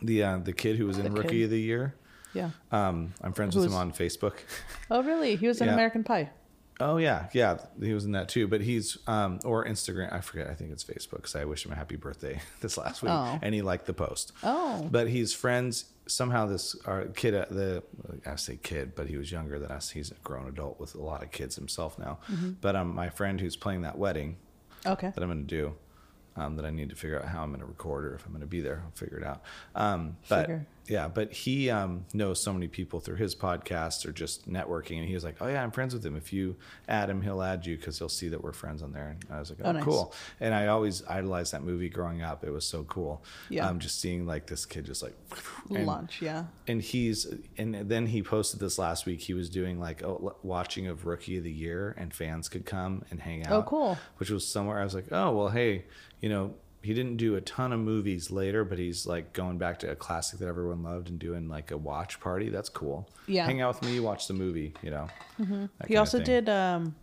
The uh, the kid who was in The Rookie kid. of the Year. yeah. Um, I'm friends with Who's- him on Facebook. Oh, really? He was in Yeah. American Pie. Oh yeah, yeah, he was in that too. But he's um or Instagram. I forget. I think it's Facebook because I wished him a happy birthday this last week, Oh. and he liked the post. Oh. but he's friends somehow. This our kid, uh, the I say kid, but he was younger than us. He's a grown adult with a lot of kids himself now. Mm-hmm. But um, my friend who's playing that wedding Okay. that I'm going to do. Um, that I need to figure out how I'm going to record or if I'm going to be there. I'll figure it out. Um, but Figure. yeah, but he um, knows so many people through his podcast or just networking, and he was like, "Oh yeah, I'm friends with him. If you add him, he'll add you because he'll see that we're friends on there." And I was like, "Oh, Oh, nice. cool." And I always idolized that movie growing up. It was so cool. Yeah. Um, just seeing like this kid just like and- Lunch. Yeah. and he's and then he posted this last week he was doing like a l- watching of rookie of the year and fans could come and hang out Oh, cool. which was somewhere i was like oh well hey you know he didn't do a ton of movies later but he's like going back to a classic that everyone loved and doing like a watch party that's cool Yeah. Mm-hmm. hang out with me watch the movie you know That He kinda also thing. did um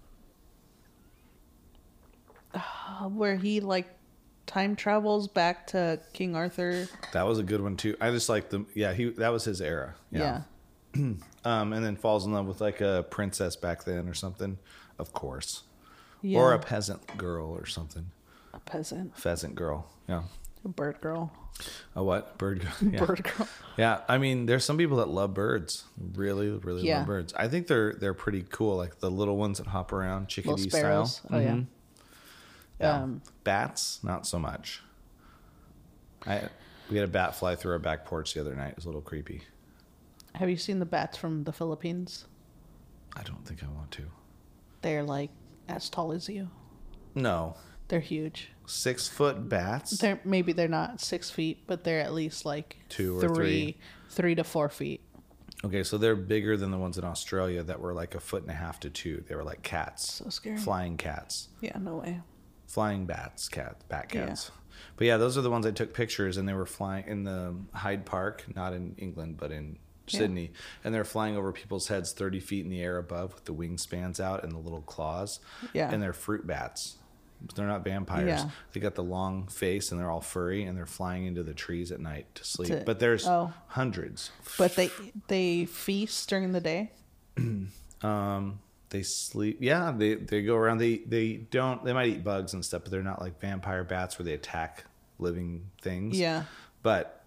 uh, where he like time travels back to King Arthur. that was a good one too i just like the yeah he that was his era Yeah. um and then falls in love with like a princess back then or something of course Yeah. or a peasant girl or something A peasant, pheasant girl. Yeah. a bird girl. A what? Bird girl. Yeah. Bird girl. Yeah. I mean, there's some people that love birds. Really, really Yeah. love birds. I think they're they're pretty cool, like the little ones that hop around, Little chickadee style. Mm-hmm. sparrows. Oh yeah. Yeah. Um, Bats, not so much. I we had a bat fly through our back porch the other night. It was a little creepy. Have you seen the bats from the Philippines? I don't think I want to. They're like as tall as you. No. They're huge. Six foot bats. They're maybe they're not six feet, but they're at least like Two or three, three. three to four feet. Okay, so they're bigger than the ones in Australia that were like a foot and a half to two. They were like cats. So scary. Flying cats. Yeah, no way. flying bats, cat, bat Yeah. cats. But yeah, those are the ones I took pictures, and they were flying in the Hyde Park, not in England, but in Yeah. Sydney, and they're flying over people's heads thirty feet in the air above with the wingspans out and the little claws. Yeah. and they're fruit bats. They're not vampires. Yeah. They got the long face and they're all furry and they're flying into the trees at night to sleep. To- but there's oh. hundreds. But they they feast during the day. Um, they sleep. Yeah, they they go around. They they don't. They might eat bugs and stuff, but they're not like vampire bats where they attack living things. Yeah. But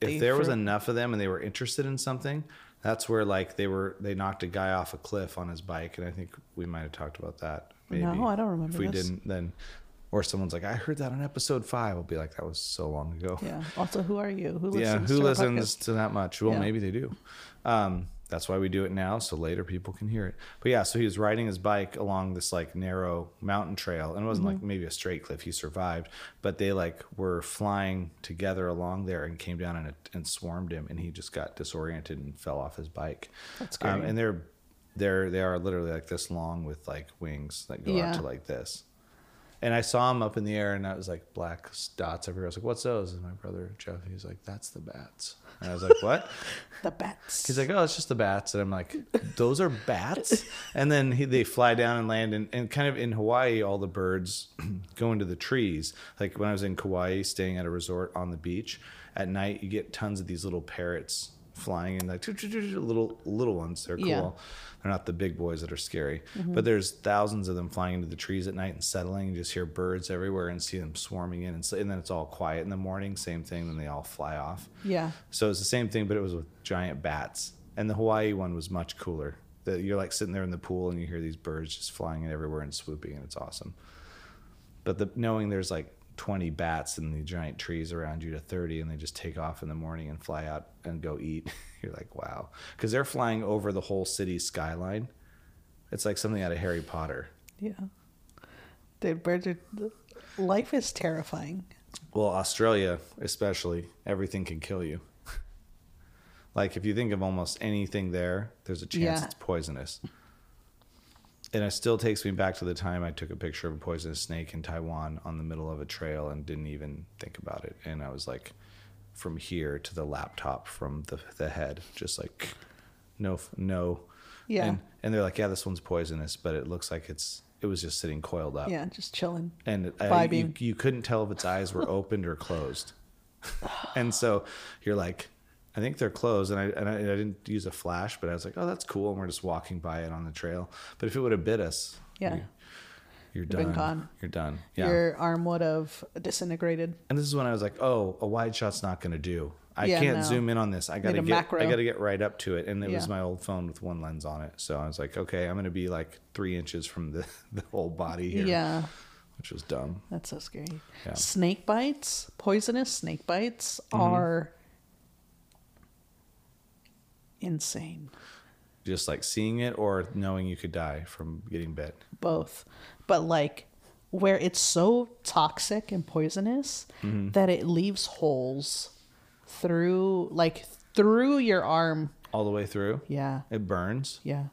if They there was fr- enough of them and they were interested in something, that's where like they were. They knocked a guy off a cliff on his bike, and I think we might have talked about that. Maybe. No, I don't remember If we this. didn't, then or someone's like, I heard that on episode five, I'll be like, that was so long ago. Yeah. Also, who are you? Who Yeah, listens? who to our listens podcast? to that much? Well, Yeah. maybe they do. Um, that's why we do it now, so later people can hear it. But yeah, so he was riding his bike along this like narrow mountain trail, and it wasn't Mm-hmm. like maybe a straight cliff. He survived, but they like were flying together along there and came down and and swarmed him, and he just got disoriented and fell off his bike. That's Um, scary. and they're they're they are literally like this long with like wings that go Yeah. out to like this. And I saw him up in the air, and I was like, black dots everywhere. I was like, "What's those?" And my brother Jeff, he's like, "That's the bats." And I was like, "What?" The bats. He's like, "Oh, it's just the bats." And I'm like, "Those are bats?" And then he, they fly down and land, and, and kind of in Hawaii, all the birds go into the trees. Like when I was in Kauai, staying at a resort on the beach at night, you get tons of these little parrots flying and like little little ones. They're cool. Yeah. Mm-hmm. They're not the big boys that are scary, but there's thousands of them flying into the trees at night and settling. You just hear birds everywhere and see them swarming in, and, so, and then it's all quiet in the morning. Same thing, then they all fly off. yeah. So it's the same thing, but it was with giant bats. And the Hawaii one was much cooler. That you're like sitting there in the pool and you hear these birds just flying in everywhere and swooping, and it's awesome. But the knowing there's like 20 bats in the giant trees around you to 30, and they just take off in the morning and fly out and go eat, you're like, wow, because they're flying over the whole city skyline. It's like something out of Harry Potter. Yeah. Dude, birds are. Life is terrifying. Well, Australia, especially, everything can kill you. like if you think of almost anything there, there's a chance Yeah. it's poisonous. And it still takes me back to the time I took a picture of a poisonous snake in Taiwan on the middle of a trail and didn't even think about it. And I was like, from here to the laptop, from the the head, just like, no, f- no. Yeah. And, and they're like, yeah, this one's poisonous, but it looks like it's it was just sitting coiled up Yeah, just chilling. and I, you, Vibing. you couldn't tell if its eyes were opened or closed. and so you're like, I think they're closed. And I, and I, I didn't use a flash, but I was like, oh, that's cool. And we're just walking by it on the trail. But if it would have bit us, Yeah. you- you're, been done. gone. You're done. Yeah. Your arm would have disintegrated. and this is when I was like, oh, a wide shot's not going to do. I Yeah, can't no. zoom in on this. I gotta a get. macro. I gotta get right up to it, and it Yeah. was my old phone with one lens on it. So I was like, okay, I'm gonna be like three inches from the the whole body here, Yeah. which was dumb. That's so scary. Yeah. Snake bites, poisonous snake bites are insane. just like seeing it or knowing you could die from getting bit. both, but like where it's so toxic and poisonous that it leaves holes through like through your arm. All the way through, Yeah. it burns. Yeah.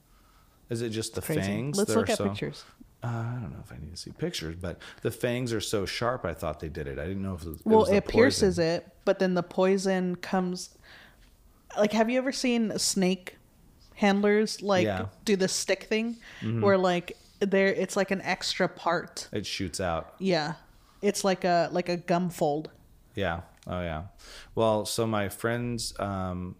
Is it just the Crazy. fangs? Let's that look are at so- pictures. Uh, I don't know if I need to see pictures, but the fangs are so sharp. I thought they did it. I didn't know if it was, Well, it, pierces it, but then the poison comes like have you ever seen snake handlers like Yeah. Mm-hmm. do the stick thing where like there it's like an extra part. It shoots out. Yeah. It's like a like a gum fold. Yeah. Oh yeah. Well, so my friends, um,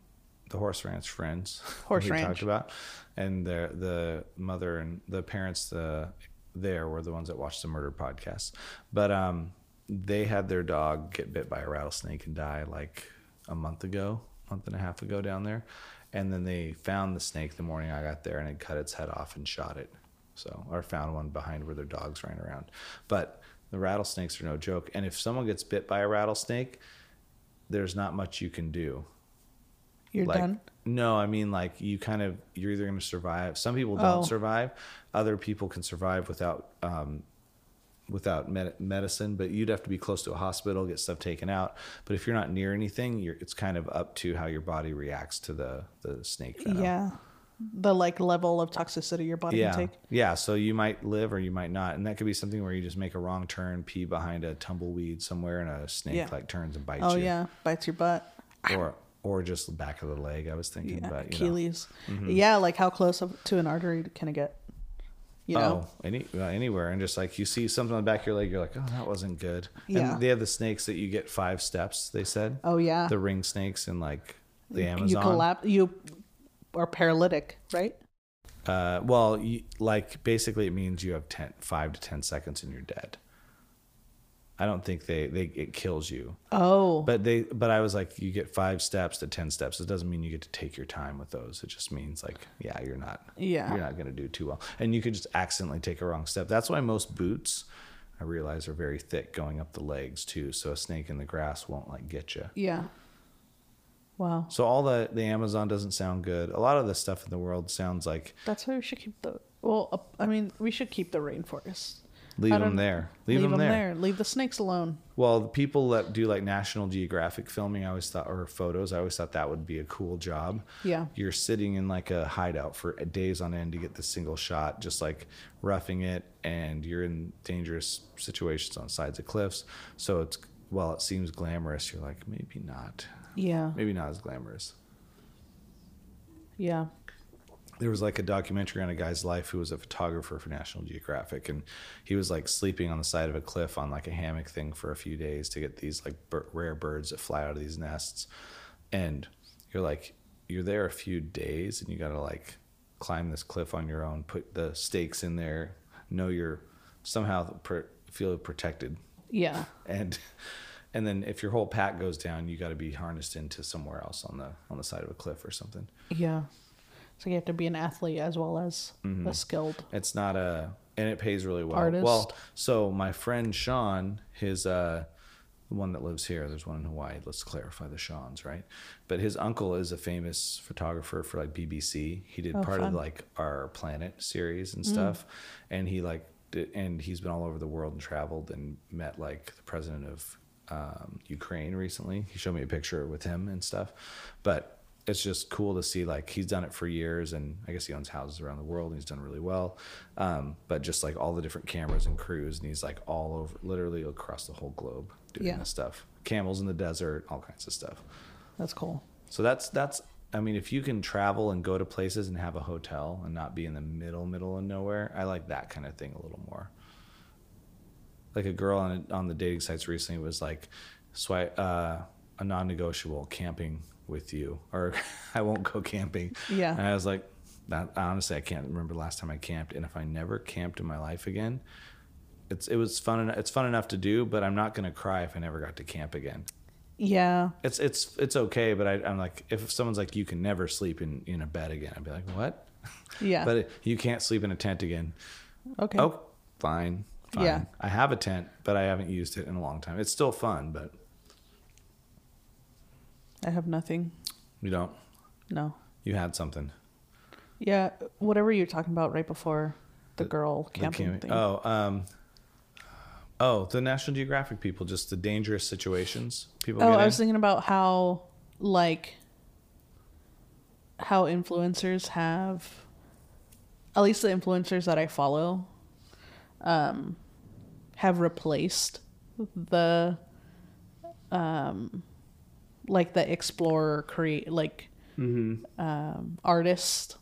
the horse ranch friends, Horse we ranch. talked about, and their the mother and the parents the there were the ones that watched the murder podcast, but um, they had their dog get bit by a rattlesnake and die like a month ago, month and a half ago down there, and then they found the snake the morning I got there and it cut its head off and shot it. So, or found one behind where their dogs ran around, but. The rattlesnakes are no joke, and if someone gets bit by a rattlesnake, there's not much you can do. You're like, done. No, I mean like you kind of you're either going to survive. Some people don't Oh. survive. Other people can survive without um, without med- medicine, but you'd have to be close to a hospital, get stuff taken out. But if you're not near anything, you're, it's kind of up to how your body reacts to the the snake venom. Yeah. The like level of toxicity your body Yeah. can take. Yeah. So you might live or you might not. And that could be something where you just make a wrong turn, pee behind a tumbleweed somewhere, and a snake Yeah. like turns and bites Oh you. yeah, bites your butt. Or or just the back of the leg, I was thinking. Yeah, but you know. Mm-hmm. Achilles. Yeah, like how close up to an artery can it get? You Oh, know, any well, anywhere, and just like you see something on the back of your leg, you're like, oh, that wasn't good. Yeah. And they have the snakes that you get five steps. They said. Oh, yeah. The ring snakes and like the Amazon. you collapse. You are paralytic, right? Uh, well, you, like basically, it means you have ten, five to ten seconds, and you're dead. I don't think they they it kills you, Oh, but they but I was like, you get five steps to ten steps. It doesn't mean you get to take your time with those. It just means like, yeah, you're not Yeah. you're not going to do too well, and you could just accidentally take a wrong step. That's why most boots I realize are very thick going up the legs too, so a snake in the grass won't like get you. Yeah. Wow. So all the the Amazon doesn't sound good. A lot of the stuff in the world sounds like That's why we should keep the. Well, uh, I mean, we should keep the rainforest. leave I them don't- there, leave, them, there. Leave the snakes alone. Well, the people that do like National Geographic filming, I always thought, or photos, I always thought that would be a cool job. Yeah. You're sitting in like a hideout for days on end to get the single shot, just like roughing it, and you're in dangerous situations on sides of cliffs. So it's, while it seems glamorous, you're like, maybe not. Yeah. Maybe not as glamorous. Yeah. there was like a documentary on a guy's life who was a photographer for National Geographic, and he was like sleeping on the side of a cliff on like a hammock thing for a few days to get these like bir- rare birds that fly out of these nests. And you're like, you're there a few days, and you gotta like climb this cliff on your own, put the stakes in there, know you're somehow pr- feel protected, Yeah. and and then if your whole pack goes down, you gotta be harnessed into somewhere else on the on the side of a cliff or something. Yeah. So you have to be an athlete as well as Mm-hmm. a skilled. It's not a and it pays really well. Artist. Well, so my friend Sean, his uh the one that lives here, there's one in Hawaii. Let's clarify the Sean's, right? But his uncle is a famous photographer for like BBC. He did part of Oh, fun. Mm. like our planet series and stuff. And he like did, and he's been all over the world and traveled and met like the president of um, Ukraine recently. He showed me a picture with him and stuff. But it's just cool to see like he's done it for years and i guess he owns houses around the world and he's done really well um, but just like all the different cameras and crews and he's like all over literally across the whole globe doing Yeah. this stuff camels in the desert all kinds of stuff That's cool. so that's that's i mean if you can travel and go to places and have a hotel and not be in the middle middle of nowhere i like that kind of thing a little more like a girl on on the dating sites recently was like swipe uh, a non-negotiable camping with you or I won't go camping. Yeah. And I was like that honestly I can't remember the last time I camped and if I never camped in my life again it's it was fun en- it's fun enough to do but I'm not going to cry if I never got to camp again. Yeah. It's it's it's okay but I I'm like if someone's like you can never sleep in in a bed again I'd be like what? Yeah. But you can't sleep in a tent again. okay. Oh, fine. Fine. Yeah. I have a tent, but I haven't used it in a long time. It's still fun, but I have nothing. you don't. No. You had something. Yeah. Whatever you were talking about right before the girl The camping cam- thing. Oh, um, oh, the National Geographic people, just the dangerous situations people Oh, get I in. was thinking about how like how influencers have at least the influencers that I follow um have replaced the um like the explorer create like Mm-hmm. um artist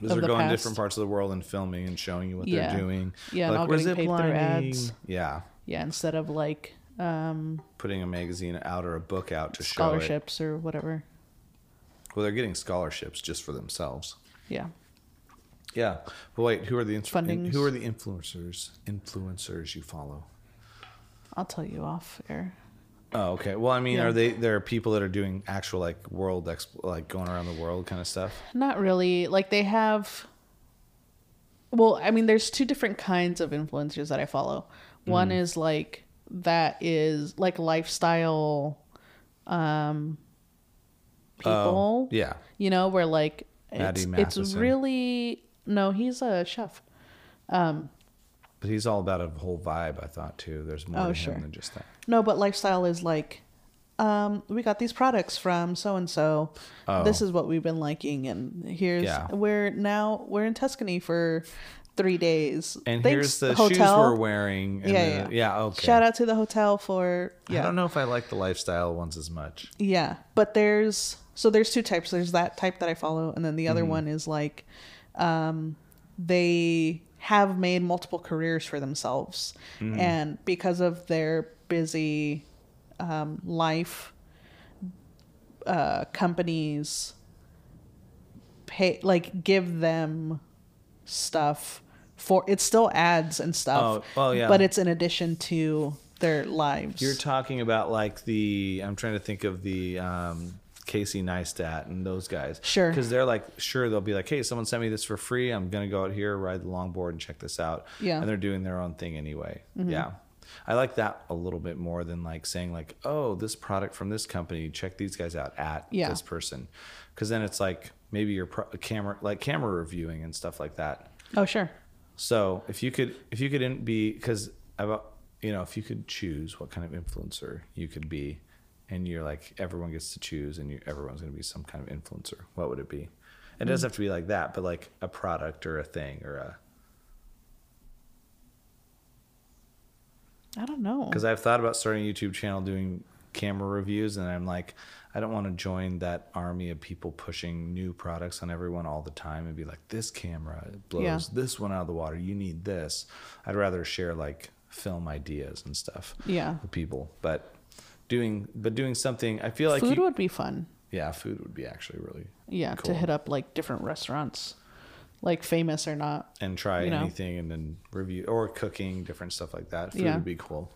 'Cause of they're the going past. different parts of the world and filming and showing you what Yeah. they're doing. Yeah, and all like we're getting paid through ziplining. ads. Yeah, yeah instead of like um putting a magazine out or a book out to show it. scholarships or whatever Well, they're getting scholarships just for themselves. yeah Yeah, but wait, who are the inf- Fundings. who are the influencers influencers you follow? I'll tell you off air Oh, okay. Well, I mean, Yeah. are they there are people that are doing actual like world exp- like going around the world kind of stuff? Not really. Like they have Well, I mean there's two different kinds of influencers that I follow. Mm. One is like that is like lifestyle um Oh, people. Yeah. You know, where like Maddie it's, it's Matheson. really no, he's a chef. But he's all about a whole vibe, I thought too. There's more Oh, to sure. him than just that. No, but lifestyle is like um we got these products from so and so. Oh. This is what we've been liking and here's Yeah. we're now we're in Tuscany for 3 days. And here's the shoes hotel. we're wearing. And yeah, the- yeah. okay. Shout out to the hotel for yeah. I don't know if I like the lifestyle ones as much. Yeah, but there's so there's two types. There's that type that I follow, and then the Mm-hmm. other one is like, um, they have made multiple careers for themselves, Mm-hmm. and because of their busy um, life, uh, companies pay like give them stuff for it's still ads and stuff. Oh, oh, yeah. But it's in addition to their lives. You're talking about like the I'm trying to think of the um, Casey Neistat and those guys. Sure. Because they're like, sure, they'll be like, hey, someone sent me this for free. I'm going to go out here, ride the longboard, and check this out. Yeah. Mm-hmm. And they're doing their own thing anyway. Yeah. I like that a little bit more than like saying, like, oh, this product from this company, check these guys out at Yeah. this person. Because then it's like maybe your pro- camera, like camera reviewing and stuff like that. Oh, sure. So if you could, if you could in- be, because about you know, if you could choose what kind of influencer you could be, and you're like everyone gets to choose, and you everyone's going to be some kind of influencer. What would it be? It doesn't have to be like that, but like a product or a thing or a. I don't know. Because I've thought about starting a YouTube channel doing camera reviews, and I'm like, I don't want to join that army of people pushing new products on everyone all the time and be like, this camera it blows Yeah. this one out of the water. You need this. I'd rather share like film ideas and stuff. Yeah. with people, but doing but doing something. I feel like Food you- would be fun. yeah, food would be actually really Yeah, Cool. to hit up like different restaurants, like famous or not. and try You know. anything and then review or cooking different stuff like that. Food Yeah. would be cool.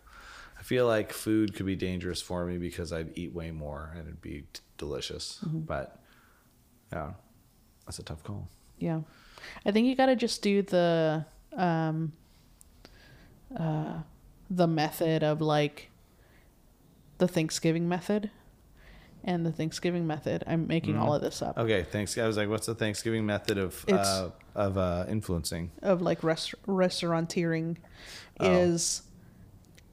I feel like food could be dangerous for me because I'd eat way more and it'd be t- delicious. Mm-hmm. But yeah, that's a tough call. Yeah. I think you got to just do the um uh the method of like the Thanksgiving method. And the Thanksgiving method. I'm Mm-hmm. making all of this up. Okay, thanks. I was like, what's the Thanksgiving method of It's- uh, of uh, influencing? of like rest- restauranteering Oh. is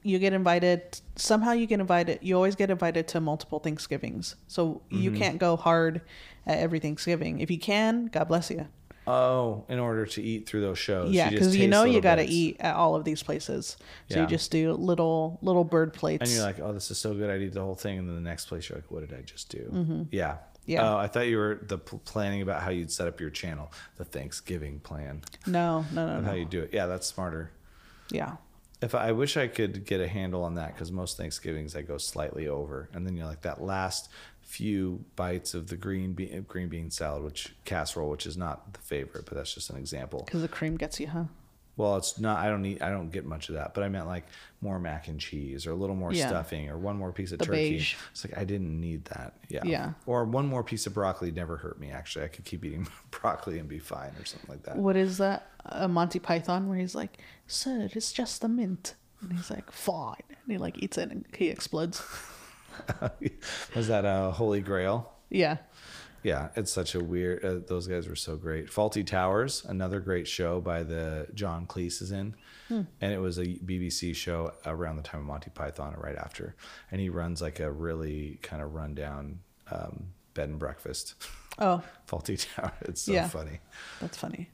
you get invited somehow you get invited you always get invited to multiple thanksgivings so you Mm-hmm. can't go hard at every thanksgiving if you can god bless you Oh, in order to eat through those shows, yeah Oh, just because you taste know you little got to bits. eat at all of these places so Yeah. you just do little little bird plates And you're like, oh, this is so good. I eat the whole thing. And then the next place, you're like, what did I just do? Yeah. Yeah. Oh, I thought you were the pl- planning about how you'd set up your channel, the Thanksgiving plan no no no of how no you do it. Yeah, that's smarter. yeah If I, I wish I could get a handle on that because most Thanksgivings I go slightly over, and then you're like that last few bites of the green bean green bean salad, which casserole, which is not the favorite, but that's just an example. because the cream gets you huh Well, it's not. I don't need. I don't get much of that. But I meant like more mac and cheese, or a little more Yeah. stuffing, or one more piece of The turkey. beige. It's like I didn't need that. Yeah. Yeah. Or one more piece of broccoli never hurt me. Actually, I could keep eating broccoli and be fine, or something like that. what is that a monty python where he's like sir it's just the mint and he's like fine and he like eats it and he explodes Was that a holy grail? Yeah. Yeah, it's such a weird. Uh, those guys were so great. Faulty Towers, another great show by the John Cleese is in, Hmm. and it was a BBC show around the time of Monty Python or right after. And he runs like a really kind of rundown um, bed and breakfast. Oh, Faulty Tower. It's so Yeah. funny. that's funny.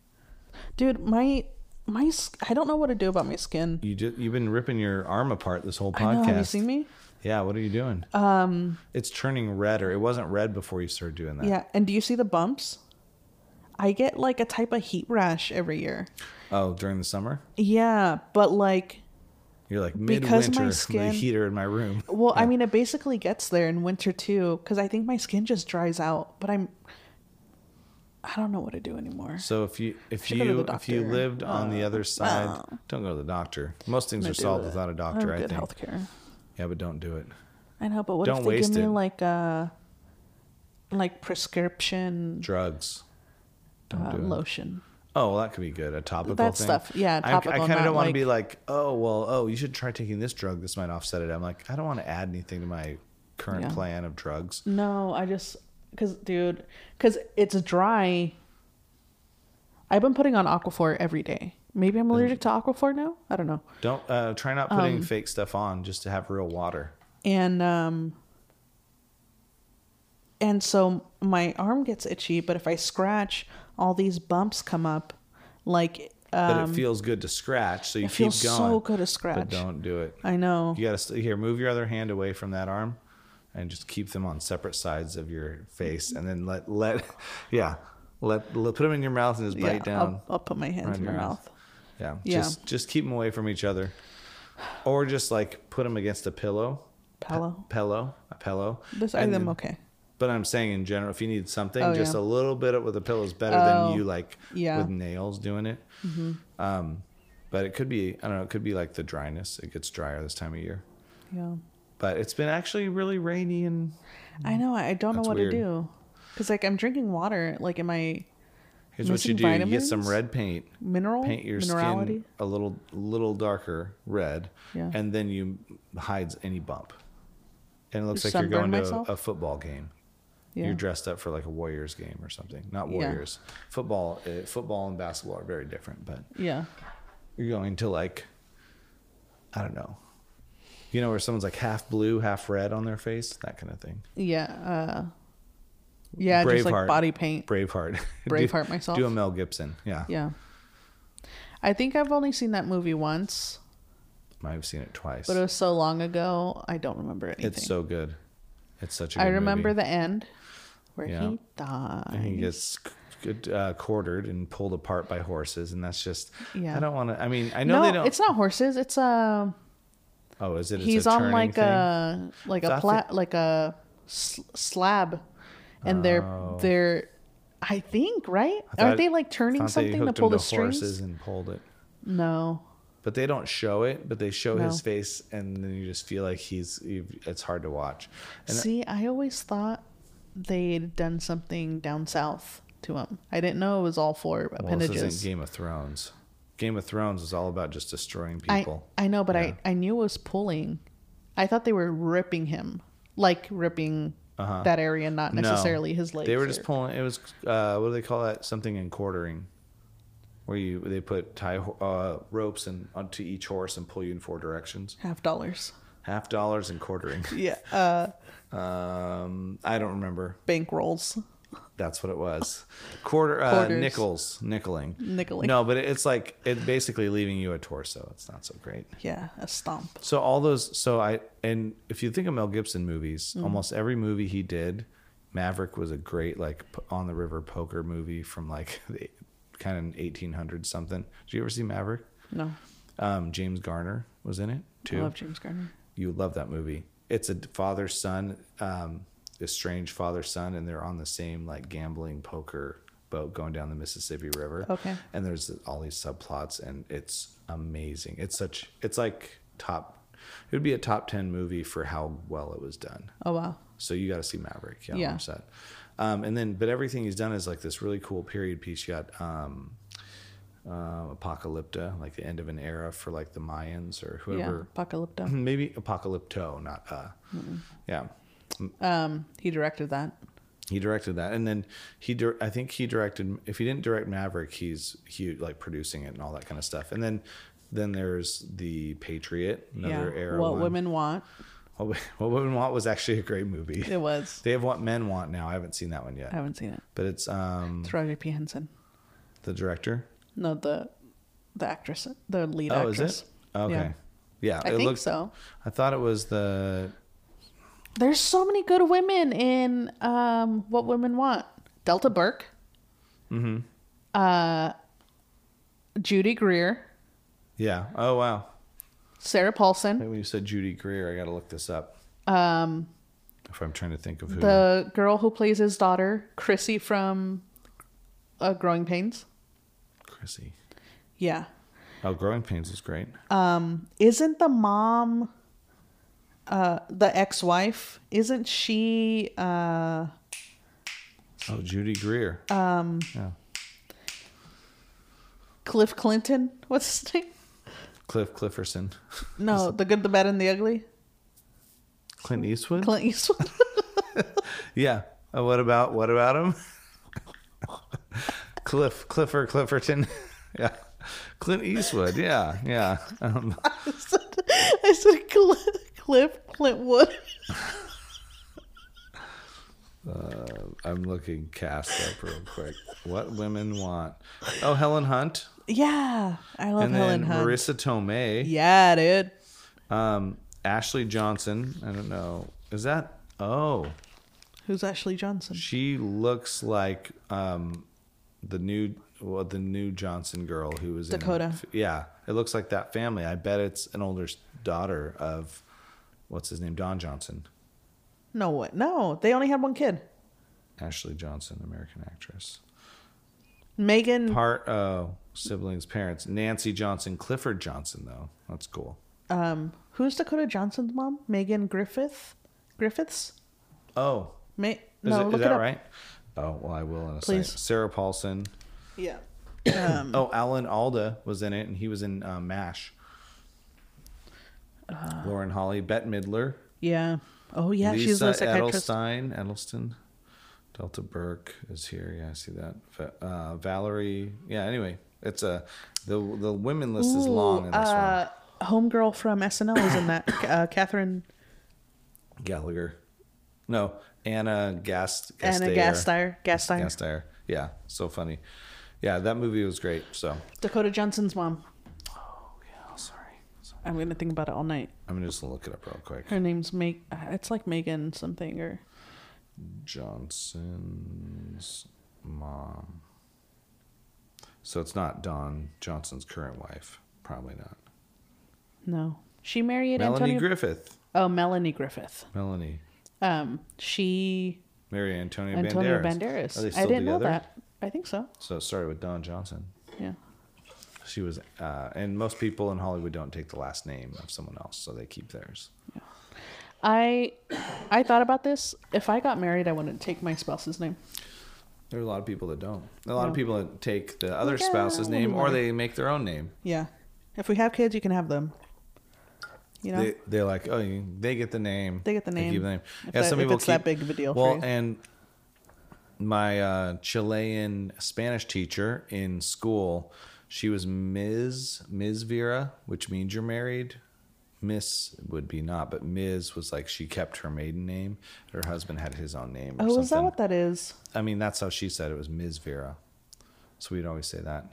Dude, my my s- I don't know what to do about my skin. You just, you've been ripping your arm apart this whole podcast. I know. Have you seen me? Yeah. What are you doing? Um, it's turning red, or it wasn't red before you started doing that. Yeah. And do you see the bumps? I get like a type of heat rash every year. Oh, during the summer, Yeah, but like, you're like Because my midwinter. the skin- heater in my room. well, I mean, it basically gets there in winter too, because I think my skin just dries out. But I'm, I don't know what to do anymore. So if you if Should go to you the if you doctor. lived on the other side, don't go to the doctor. Most things I are do solved it. without a I have doctor. I good think. healthcare. Yeah, but don't do it. I know, but what Don't if they give waste me it. like a, like prescription Drugs. Don't uh, do it. lotion? Oh, well, that could be good. A topical That thing. stuff, yeah, I'm- I topical, kind of not don't want to like- be like, oh, well, oh, you should try taking this drug. This might offset it. I'm like, I don't want to add anything to my current Yeah. plan of drugs. No, I just because, dude, because it's dry. I've been putting on Aquaphor every day. Maybe I'm allergic to Aquaphor now. I don't know. Don't uh, try not Um, putting fake stuff on just to have real water. And um, and so my arm gets itchy, but if I scratch, all these bumps come up. Like uh, But it feels good to scratch, so you it keep feels going. so good to But scratch. don't do it. I know. You gotta st- here move your other hand away from that arm, and just keep them on separate sides of your face, and then let let yeah let, let put them in your mouth and just bite yeah, down. I'll, I'll put my hands around in my your mouth. Yeah, Yeah. just just keep them away from each other, or just like put them against a pillow, Pillow. pillow, a pillow. This and item then- okay. But I'm saying in general, if you need something, Oh, just yeah. a little bit of- with a pillow is better Oh, than you like yeah. Mm-hmm. with nails doing it. Um, but it could be I don't know. It could be like the dryness. It gets drier this time of year. Yeah. But it's been actually really rainy and I know. I don't Mm. That's know what weird. to do. Because, like, I'm drinking water. Like, am I here's what you Missing do. You get some vitamins? red paint. mineral? Paint your minerality? skin a little little darker red. Yeah. And then you hides any bump. And it looks Just like you're sunburn going to a, myself? a football game. Yeah. You're dressed up for like a Warriors game or something. Not Yeah. Warriors. Football uh, football and basketball are very different, but yeah. you're going to like I don't know. You know where someone's like half blue, half red on their face, that kind of thing. Yeah. Uh, yeah. Just like Braveheart. body paint. Braveheart. Do- Braveheart myself. Do a Mel Gibson. Yeah. yeah. I think I've only seen that movie once, Might have seen it twice. but it was so long ago. I don't remember anything. it's so good. It's such a good I remember movie. the end where Yeah. he And he died. gets c- c- uh, quartered and pulled apart by horses, and that's just. Yeah. I don't want to. I mean, I know No, they don't. it's not horses. It's uh, oh, is it? It's he's a on turning like thing? a like So a I pla- think- like a s- slab, and they're Oh. they're, I think right? I Aren't thought- they like turning thought they something to hooked pull him the strings? horses and pulled it. No, But they don't show it. But they show his No. face, and then you just feel like he's. you- It's hard to watch. And See, I always thought they'd done something down south to him. I didn't know it was all four well, this isn't appendages. Game of Thrones. Game of Thrones is all about just destroying I people. I know, but Yeah. I I knew it was pulling. I thought they were ripping him, like ripping that area, not Uh-huh. No. necessarily his legs. They were or- just pulling. It was uh, what do they call that? Something in quartering, where you they put tie ho- uh, ropes and onto each horse and pull you in four directions. half dollars. Half dollars and quartering. Yeah, uh, Um, I don't remember. bank rolls. That's what it was. Quarter uh, Quarters. nickels, nickeling, Nickeling. No, but it's like it basically leaving you a torso. It's not so great. Yeah, a stomp. So all those, so I, and if you think of Mel Gibson movies, almost every movie he did, Maverick was a great like p- on the river poker movie from like the kind of 1800 something. Did you ever see Maverick? No, Um, James Garner was in it too. I love James Garner. you would love that movie. It's a father son, um, estranged father son, and they're on the same like gambling poker boat going down the Mississippi River. Okay. And there's all these subplots, and it's amazing. It's such, it's like top, it would be a top 10 movie for how well it was done. Oh wow. So you got to see Maverick. Yeah, Yeah. I'm upset. Um, and then, but everything he's done is like this really cool period piece. You got um, uh, Apocalypta, like the end of an era for like the Mayans or whoever. Yeah, Apocalypto. Mm-hmm. Maybe Apocalypto, not uh. Mm-hmm. Yeah, Um, he directed that. he directed that, and then he. Dir- I think he directed. If he didn't direct Maverick, he's he like producing it and all that kind of stuff. And then, then there's the Patriot, another yeah, era. what one. women want. What, Wo- what women want was actually a great movie. It was. Oh. They have what men want now. I haven't seen that one yet, I haven't seen it. but it's um It's Roger P. Henson. the director. No, the the actress, the lead Oh, actress. is it? Okay. Yeah, I it think looks- so. I thought it was the There's so many good women in um, What Women Want. Delta Burke. Mm-hmm. Uh, Judy Greer. yeah. Oh wow. Sarah I think Paulson. when you said Judy Greer, I got to look this up. Um, If I'm trying to think of who. the girl who plays his daughter, Chrissy from uh, Growing Pains. Chrissy. Yeah. Oh, Growing Pains is great. Isn't the mom, uh, the ex wife, isn't she. Uh, Oh, Judy Greer. Um. Yeah. Cliff Clinton. What's his name? Cliff Clifferson. No, the good, the bad, and the ugly. Clint Eastwood. Clint Eastwood. yeah. Uh, what about what about him? Cliff Clifford Clifferton. yeah. Clint Eastwood. Yeah. Yeah. Um, I said, I said Cl- Cliff Clintwood. I'm looking cast up real quick. What women want? Oh, Helen Hunt. Yeah, I love and Oh, Helen then Hunt. Marissa Tomei. yeah, dude. Um, Ashley Johnson. I don't know. Is that? Oh. Who's Ashley Johnson? She looks like um, the new well, the new Johnson girl who was In, Dakota. yeah, it looks like that family. I bet it's an older s- daughter of what's his name, Don Johnson, No, what? No, they only had one kid. Ashley Johnson, American actress. Megan. Part oh siblings, parents, Nancy Johnson, Clifford Johnson though. That's cool. um, who's Dakota Johnson's mom? Megan Griffith, Griffiths. Oh, Ma- is, no, it, look is it that up. right? Oh, well, I will in a Please. second. Sarah Paulson. Yeah. Mm. oh, Alan Alda was in it, and he was in uh, MASH. Lauren Holly, Bette Midler, Yeah. Oh Uh. yeah, she's Lisa the psychiatrist. Edelstein, Edelston, Delta Burke is here. Yeah, I see that. Va- Uh, Valerie. Yeah. Anyway, it's a the the women list is Ooh, long in this uh, Homegirl from SNL is in that. Uh, Catherine one. Gallagher. No, Anna Gast. Anna Gasteyer. Gasteyer. Gasteyer. Gasteyer. Yeah. So funny. Yeah, that movie was great. So Dakota Johnson's mom. Oh, sorry. I'm gonna think about it all night. I'm gonna just look it up real quick. Her name's Meg. uh, It's like Megan something or Johnson's mom. So it's not Don Johnson's current wife. Probably not. no. She married Melanie Antonio. Griffith. oh, Melanie Griffith. Melanie. Um, she Mary Antonia Antonio Banderas. Banderas. Are they still I didn't together? know that. I think so. So it started with Don Johnson. Yeah. She was, uh, and most people in Hollywood don't take the last name of someone else, so they keep theirs. I I thought about this. If I got married, I wouldn't take my spouse's name. There are a lot of people that don't. A lot of Yeah. uh, people that take the other Yeah, spouse's name, or anyway. they make their own name. Yeah. If we have kids, you can have them. You know. They, they're like, oh, you, they get the name. They get the name. keep the name. If yeah, that- some if people it's that keep- big of a deal for Well, you. and my uh, Chilean Spanish teacher in school, she was Ms. Ms. Vera, which means you're married. Miss would be not, but Ms. was like she kept her maiden name. Her husband had his own name. Or oh, something. is that what that is? I mean, that's how she said it was Ms. Vera. So we'd always say that.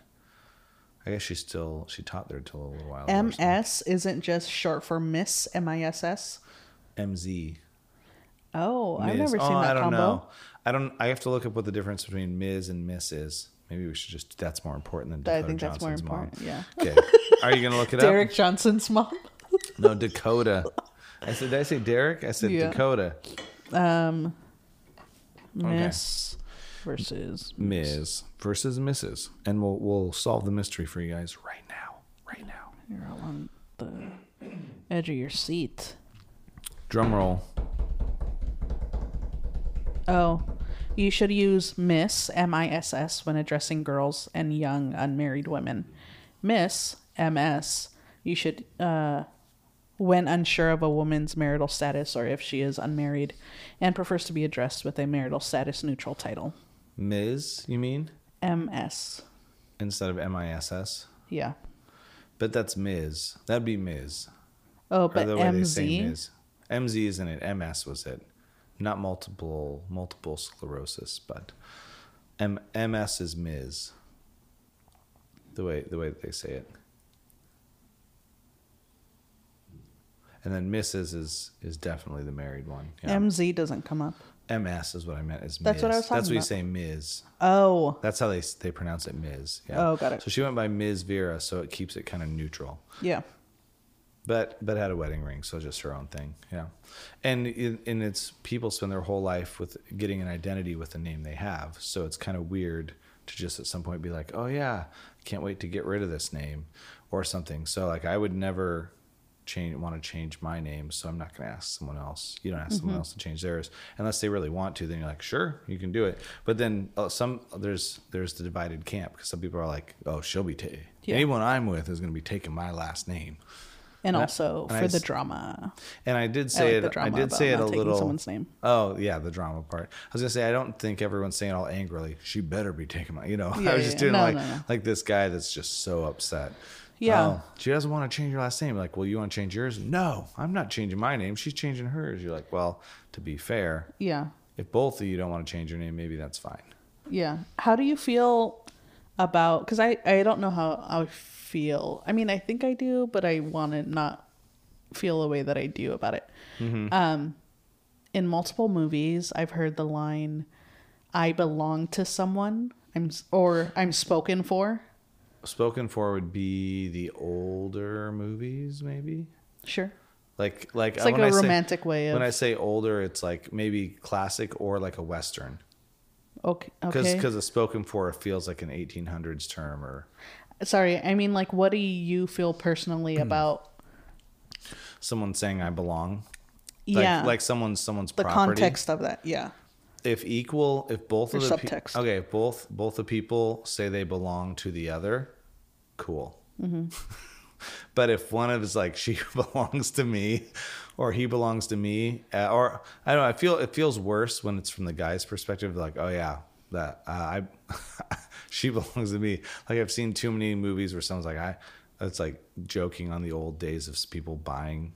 I guess she still she taught there till a little while. ago or something. MS isn't just short for Miss M I S S. MZ. Oh, I've Ms. never Oh, seen that I don't combo. know. I don't. I have to look up what the difference between Ms. and Miss is. Maybe we should just. That's more important than I Dakota think that's more Johnson's mom. important, yeah. Okay. Are you gonna look it Derek Johnson's mom. up? No, Dakota. I said. Did I say Derek? I said Yeah. Dakota. Um, Miss versus Ms. versus Mrs. And we'll we'll solve the mystery for you guys right now. Right now. You're all on the edge of your seat. Drum roll. Oh, you should use Miss M I S S when addressing girls and young unmarried women. Miss M S. You should uh, when unsure of a woman's marital status or if she is unmarried, and prefers to be addressed with a marital status neutral title. Ms. You mean M S. instead of M I S S? Yeah. But that's Ms. That'd be Ms. Oh, Or but the way they say MZ. Ms. MZ isn't it? MS was it? Not multiple multiple sclerosis, but M- MS is Ms. The way the way they say it. And then Mrs. is is definitely the married one. Yeah. MZ doesn't come up. MS is what I meant is Ms. That's what I was That's talking what you about. say Ms. Oh, That's how they s- they pronounce it Ms. Yeah. Oh, got it. So she went by Ms. Vera, so it keeps it kind of neutral yeah. but but had a wedding ring, so just her own thing. Yeah, and in, and it's people spend their whole life with getting an identity with the name they have, so it's kind of weird to just at some point be like, oh yeah, can't wait to get rid of this name or something. So like I would never change want to change my name, so I'm not going to ask someone else. You don't ask someone else to change theirs unless they really want to. Then you're like, sure, you can do it. But then uh, some there's there's the divided camp because some people are like, oh, she'll be ta- Yeah. anyone I'm with is going to be taking my last name. And I- also and I for the s- drama. And I did say like the it. I drama did about say it not a taking little. someone's name. Oh yeah, the drama part. I was gonna say I don't think everyone's saying it all angrily. She better be taking my. You know, Yeah, I was yeah, just yeah. doing No, like no, no. like this guy that's just so upset. Yeah. Oh, she doesn't want to change her last name. Like, well, you want to change yours? No, I'm not changing my name. She's changing hers. You're like, well, to be fair, Yeah. if both of you don't want to change your name, maybe that's fine. Yeah. How do you feel about cuz I I don't know how I feel. I mean, I think I do, but I want to not feel the way that I do about it. Mm-hmm. Um in multiple movies, I've heard the line I belong to someone. I'm s- or I'm spoken for. Spoken for would be the older movies, maybe. Sure. Like like It's like when a I say- romantic way of when I say older, it's like maybe classic or like a western. okay. because okay. because spoken for feels like an 1800s term or Hmm. Sorry. I mean like what do you feel personally about someone saying I belong. Like, yeah. like someone's someone's the property. context of that. Yeah. If equal, if both Or of the pe- subtext. okay, if both both the people say they belong to the other, cool. Mm-hmm. but if one of is like she belongs to me, or he belongs to me, uh, or I don't know, I feel it feels worse when it's from the guy's perspective. Like, oh yeah, that uh, I she belongs to me. Like I've seen too many movies where someone's like I. It's like joking on the old days of people buying.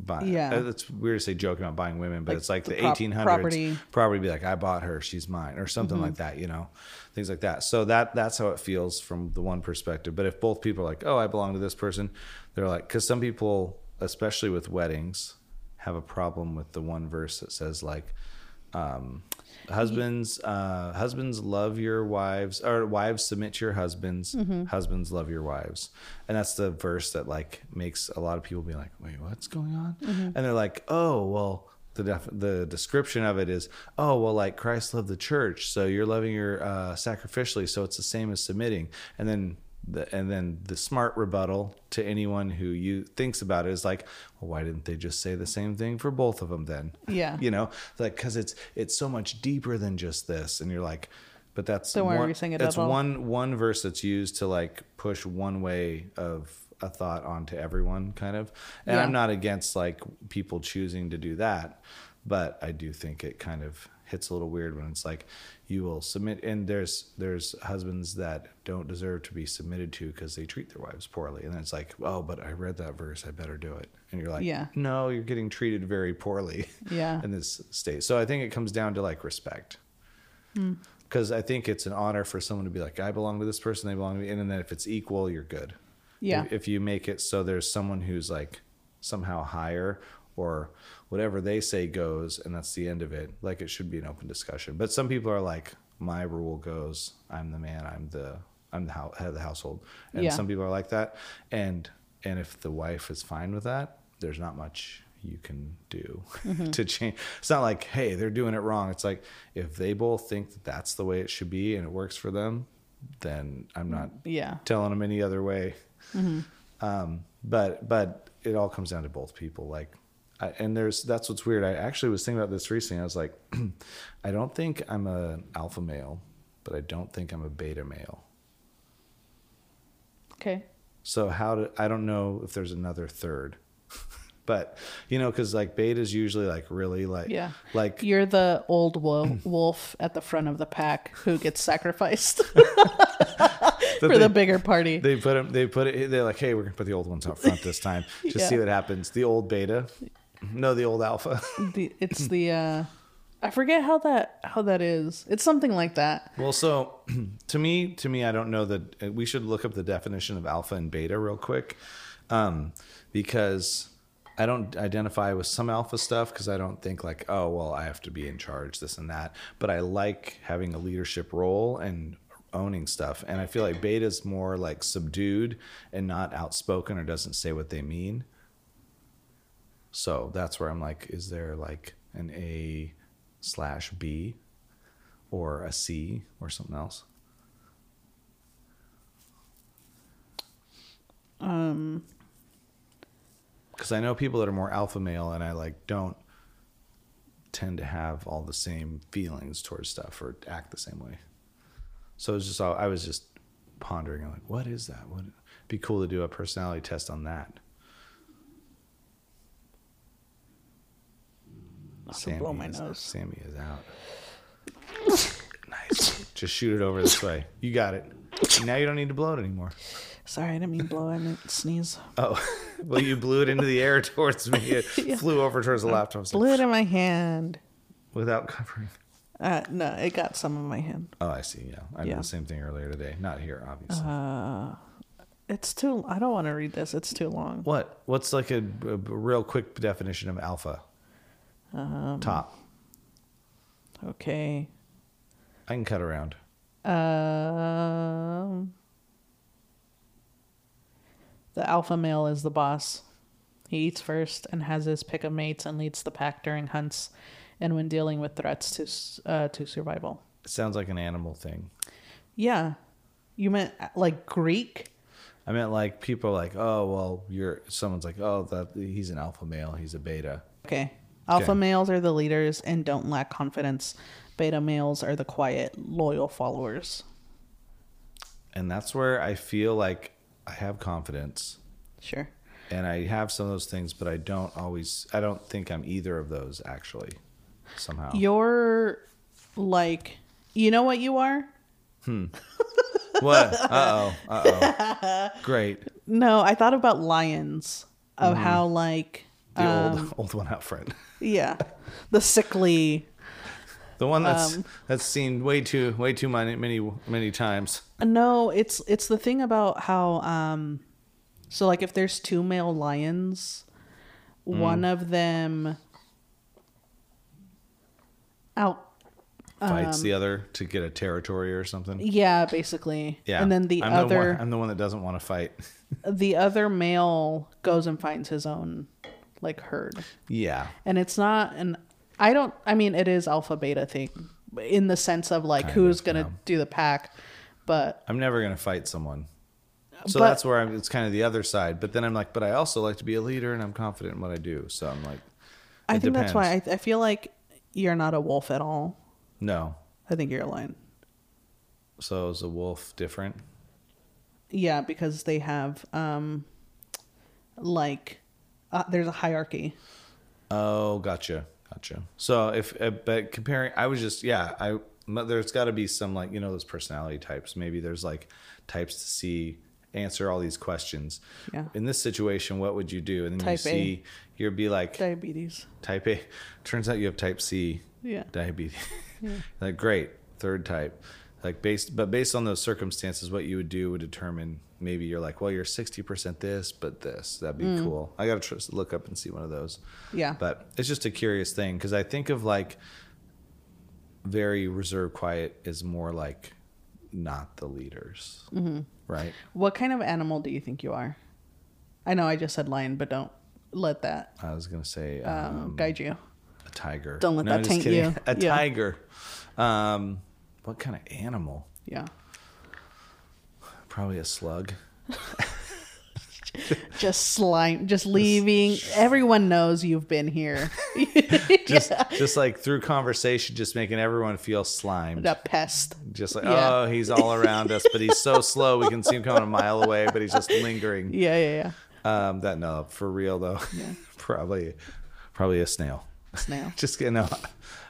Buy, Yeah. uh, it's weird to say joking about buying women, but Like it's like the the, prop- 1800s property. Mm-hmm. probably be like i bought her she's mine or something like that you know things like that so that that's how it feels from the one perspective but if both people are like oh i belong to this person they're like because some people especially with weddings have a problem with the one verse that says like um husbands uh husbands love your wives or wives submit to your husbands husbands love your wives and that's the verse that like makes a lot of people be like wait what's going on and they're like oh well the def- the description of it is oh well like christ loved the church so you're loving your uh sacrificially so it's the same as submitting and then the, and then the smart rebuttal to anyone who you thinks about it is like well, why didn't they just say the same thing for both of them then Yeah. you know It's like because it's it's so much deeper than just this and you're like but that's Don't worry, one, we sing it that's up all- one one verse that's used to like push one way of a thought onto everyone kind of and Yeah. i'm not against like people choosing to do that but i do think it kind of hits a little weird when it's like you will submit and there's there's husbands that don't deserve to be submitted to because they treat their wives poorly and then it's like oh but i read that verse i better do it and you're like Yeah. no you're getting treated very poorly Yeah. in this state. So I think it comes down to like respect. Hmm. Because I think it's an honor for someone to be like, I belong to this person, they belong to me. And then if it's equal, you're good. Yeah. If, if you make it so there's someone who's like somehow higher or whatever they say goes, and that's the end of it, like it should be an open discussion. But some people are like, my rule goes, I'm the man, I'm the. I'm the hou- head of the household, and Yeah. some people are like that. And and if the wife is fine with that, there's not much you can do to change. It's not like, hey, they're doing it wrong. It's like if they both think that that's the way it should be and it works for them, then I'm not Yeah. telling them any other way. Um, but but it all comes down to both people. Like, I, and there's that's what's weird. I actually was thinking about this recently. I was like, I don't think I'm an alpha male, but I don't think I'm a beta male. Okay. So how do I don't know if there's another third, but you know, because like beta is usually like really like Yeah. like You're the old wo- wolf at the front of the pack who gets sacrificed for they, the bigger party. they put them they put it they're like hey we're gonna put the old ones out front this time just see Yeah. what happens the old beta no the old alpha the, it's the uh I forget how that how that is. It's something like that. well so to me to me I don't know that uh, we should look up the definition of alpha and beta real quick um, because I don't identify with some alpha stuff because I don't think like, oh, well, I have to be in charge, this and that. But I like having a leadership role and owning stuff. And I feel like beta's more like subdued and not outspoken or doesn't say what they mean. So that's where I'm like, is there like an A slash B or a C or something else? Um because I know people that are more alpha male, and I like don't tend to have all the same feelings towards stuff or act the same way. So it's just all, I was just pondering, I'm like, what is that? What be cool to do a personality test on that? to blow my is, nose. Sammy is out. nice. Just shoot it over this way. You got it. Now you don't need to blow it anymore. Sorry, I didn't mean blow. I meant sneeze. Oh, well, you blew it into the air towards me. It Yeah. flew over towards the laptop. It's like, Blew it in my hand. without covering. Uh, no, it got some of my hand. Oh, I see. Yeah, I Yeah. Uh-huh. did the same thing earlier today. Not here, obviously. It's too. I don't want to read this. It's too long. what? What's like a, a real quick definition of alpha? Um, Top. Okay. I can cut around. Um, the alpha male is the boss. He eats first and has his pick of mates and leads the pack during hunts and when dealing with threats to s- uh, to survival. It sounds like an animal thing. Yeah. You meant uh, like Greek? I meant like people are like, oh well, you're someone's like, oh that he's an alpha male, he's a beta. Okay. Alpha Okay. males are the leaders and don't lack confidence. Beta males are the quiet, loyal followers. And that's where I feel like I have confidence Sure. and I have some of those things, but I don't always I don't think I'm either of those actually. Somehow. You're like, you know what you are? What? Uh oh. Uh oh. Great. No, I thought about lions of Mm-hmm. how like The Um, old old one out front. yeah, the sickly. The one that's um, that's seen way too way too many many many times. No, it's it's the thing about how um so like if there's two male lions, one Mm. of them out Fights Um, the other to get a territory or something. Yeah, basically. Yeah. And then the I'm one, other I'm the one that doesn't want to fight. the other male goes and finds his own like herd. yeah. And it's not an I don't I mean it is alpha beta thing in the sense of like who's of, going to yeah. do the pack, but I'm never going to fight someone. So But- that's where I'm, it's kind of the other side. But then I'm like, but I also like to be a leader and I'm confident in what I do. So I'm like, I It think that's why depends. I, I feel like you're not a wolf at all. no. I think you're a lion. So is a wolf different? Yeah, because they have um like uh, there's a hierarchy. Oh, gotcha, gotcha. So if uh, but comparing, I was just yeah, I but there's got to be some like you know those personality types. Maybe there's like types to see answer all these questions. Yeah. In this situation, what would you do? And then you Type A. see you'd be like Diabetes. type A. Turns out you have type C Yeah. diabetes. like great third type. Like based but based on those circumstances, what you would do would determine maybe you're like well you're sixty percent this but this that'd be cool. I gotta tr- look up and see one of those. Mm. Yeah. But it's just a curious thing because I think of like very reserved, quiet is more like not the leaders, mm-hmm. right? What kind of animal do you think you are? I know I just said lion, but don't let that I was gonna say um, um, guide you. a tiger. don't let that just taint kidding. you. a Yeah. tiger. Um, what kind of animal? Yeah. Probably a slug. Just slime, just leaving. Everyone knows you've been here. Just just like through conversation, just making everyone feel slimed. the pest. Just like Yeah. oh, he's all around us, but he's so slow we can see him coming a mile away, but he's just lingering. Yeah, yeah, Um, that no, for real though, probably, probably a snail. yeah. Snail. Just kidding. No,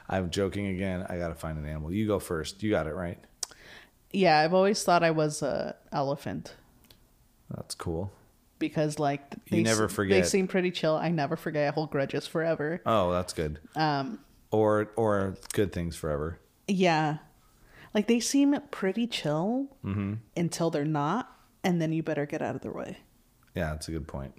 I'm joking again. I gotta find an animal. You go first. You got it right. Yeah, I've always thought I was a elephant That's cool. because like You never se- They forget. seem pretty chill. I never forget. I hold grudges forever. Oh, that's good. Um, Or or good things forever. yeah, like they seem pretty chill Mm-hmm. until they're not, and then you better get out of their way. Yeah, that's a good point.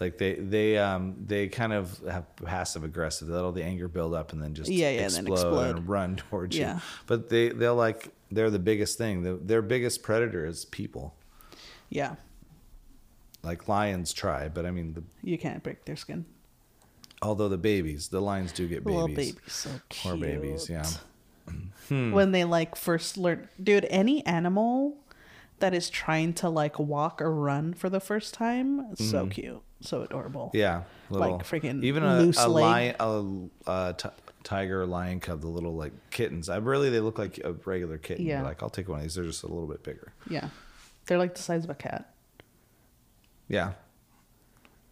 Like they they um they kind of have passive aggressive. They let all the anger build up and then just Yeah, yeah, and then explode, explode. and run towards Yeah. you. But they they're like they're the biggest thing. The, their biggest predator is people. Yeah, Like lions try, but I mean the you can't break their skin. although the babies, the lions do get Little babies. babies, so cute. Or babies, yeah. Hmm. When they like first learn, dude, any animal that is trying to like walk or run for the first time, so cute, so adorable. Mm-hmm. Yeah, little freaking even a, loose a leg. lion, a, a t- tiger, lion cub, the little like kittens. I really they look like a regular kitten. Yeah. Yeah, like I'll take one of these. They're just a little bit bigger. Yeah. they're like the size of a cat, Yeah,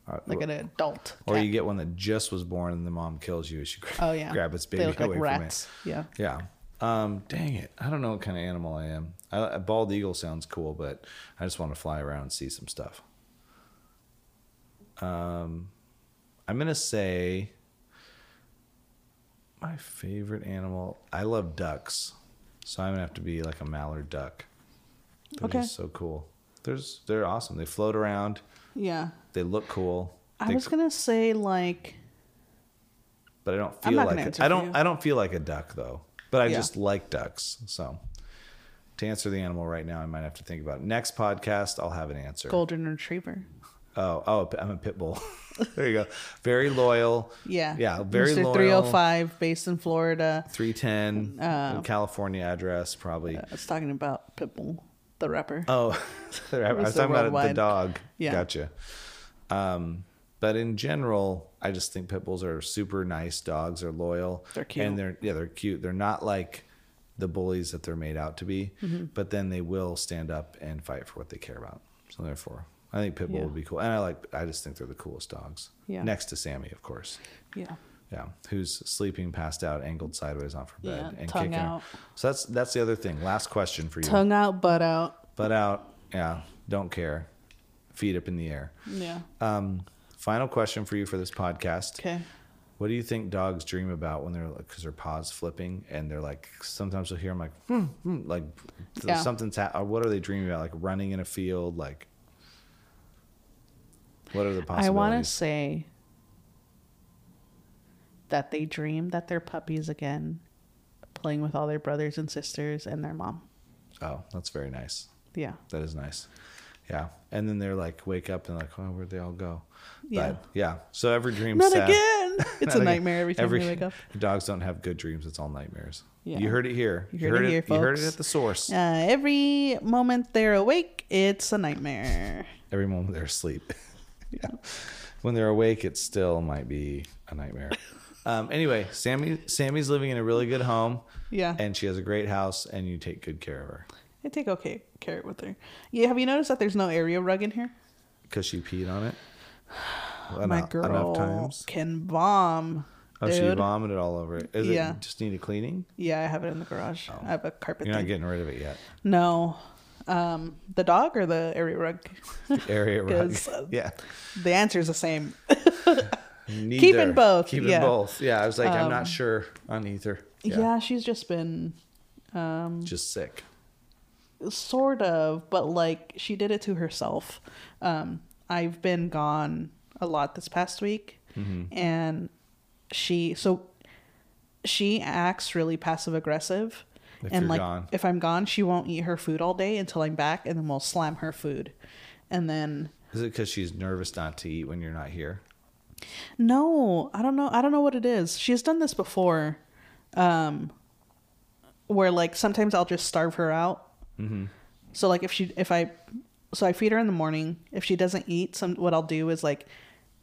Uh, like or, an adult. or cat. you get one that just was born and the mom kills you. She gra- oh yeah, grab its baby They look away like rats. from Yeah, it. Yeah. Um, dang it! I don't know what kind of animal I am. I, a bald eagle sounds cool, but I just want to fly around and see some stuff. Um, I'm gonna say my favorite animal. I love ducks, so I'm gonna have to be like a mallard duck. They're Okay. just so cool. There's they're awesome. They float around. yeah. They look cool. I They- was gonna say like but I don't I'm feel not gonna like answer I for don't. you. I don't feel like a duck though. But I Yeah. just like ducks. So to answer the animal right now, I might have to think about it. next podcast. I'll have an answer. golden retriever. Oh, oh, I'm a pit bull. there you go. Very loyal. Yeah, Yeah. Very Mr. loyal. Three hundred five, Oh. based in Florida. 310 California address probably I was talking about Pitbull. the rapper. Oh, I was was the talking about the worldwide. dog. Yeah. Gotcha. Um, but in general, I just think pit bulls are super nice dogs. They're loyal. They're cute. And they're yeah, they're cute. They're not like the bullies that they're made out to be. Mm-hmm. But then they will stand up and fight for what they care about. So therefore, I think pit bull Yeah. would be cool. And I like. I just think they're the coolest dogs. Yeah. Next to Sammy, of course. Yeah. Yeah, who's sleeping, passed out, angled sideways off her bed, Yeah, and tongue kicking out. her. So that's that's the other thing. Last question for you. Tongue out, butt out. Butt out. Yeah. Don't care. Feet up in the air. Yeah. Um, final question for you for this podcast. Okay. What do you think dogs dream about when they're because their paws flipping and they're like sometimes you'll hear them like hmm, hmm, like th- Yeah. something's ha- or what are they dreaming about like running in a field like what are the possibilities? I want to say that they dream that they're puppies again, playing with all their brothers and sisters and their mom. oh, that's very nice. Yeah. That is nice. Yeah, and then they're like wake up and like oh where'd they all go? Yeah. But yeah. So every dream Not sad. again. It's a Not again. nightmare every time we wake up. Dogs don't have good dreams. It's all nightmares. Yeah. You heard it here. You heard it here, You heard it folks. at the source. Uh, every moment they're awake, it's a nightmare. Every moment they're asleep. yeah. When they're awake, it still might be a nightmare. um, anyway, Sammy Sammy's living in a really good home. Yeah. And she has a great house, and you take good care of her I take okay care with her. Yeah, have you noticed that there's no area rug in here? because she peed on it. Well, My not- girl can bomb. Oh, she dude. vomited all over it. Is Yeah. it just need a cleaning? Yeah, I have it in the garage. I have a Oh. carpet You're not thing. getting rid of it yet. No. Um, the dog or the area rug? Area rug. 'Cause, uh, yeah. the answer is the same. Neither. Keeping both, Keeping yeah. Um, both. Yeah, I was like, I'm not sure on either. Yeah. she's just been Just sick. sort of, but like she did it to herself. Um, I've been gone a lot this past week, Mm-hmm. and she so she acts really passive aggressive. If and you're like gone. if I'm gone, she won't eat her food all day until I'm back, and then we'll slam her food. And then Is it because she's nervous not to eat when you're not here? No, I don't know. I don't know what it is. She has done this before, um, where like sometimes I'll just starve her out. Mm-hmm. So like if she if I so I feed her in the morning. If she doesn't eat, some what I'll do is like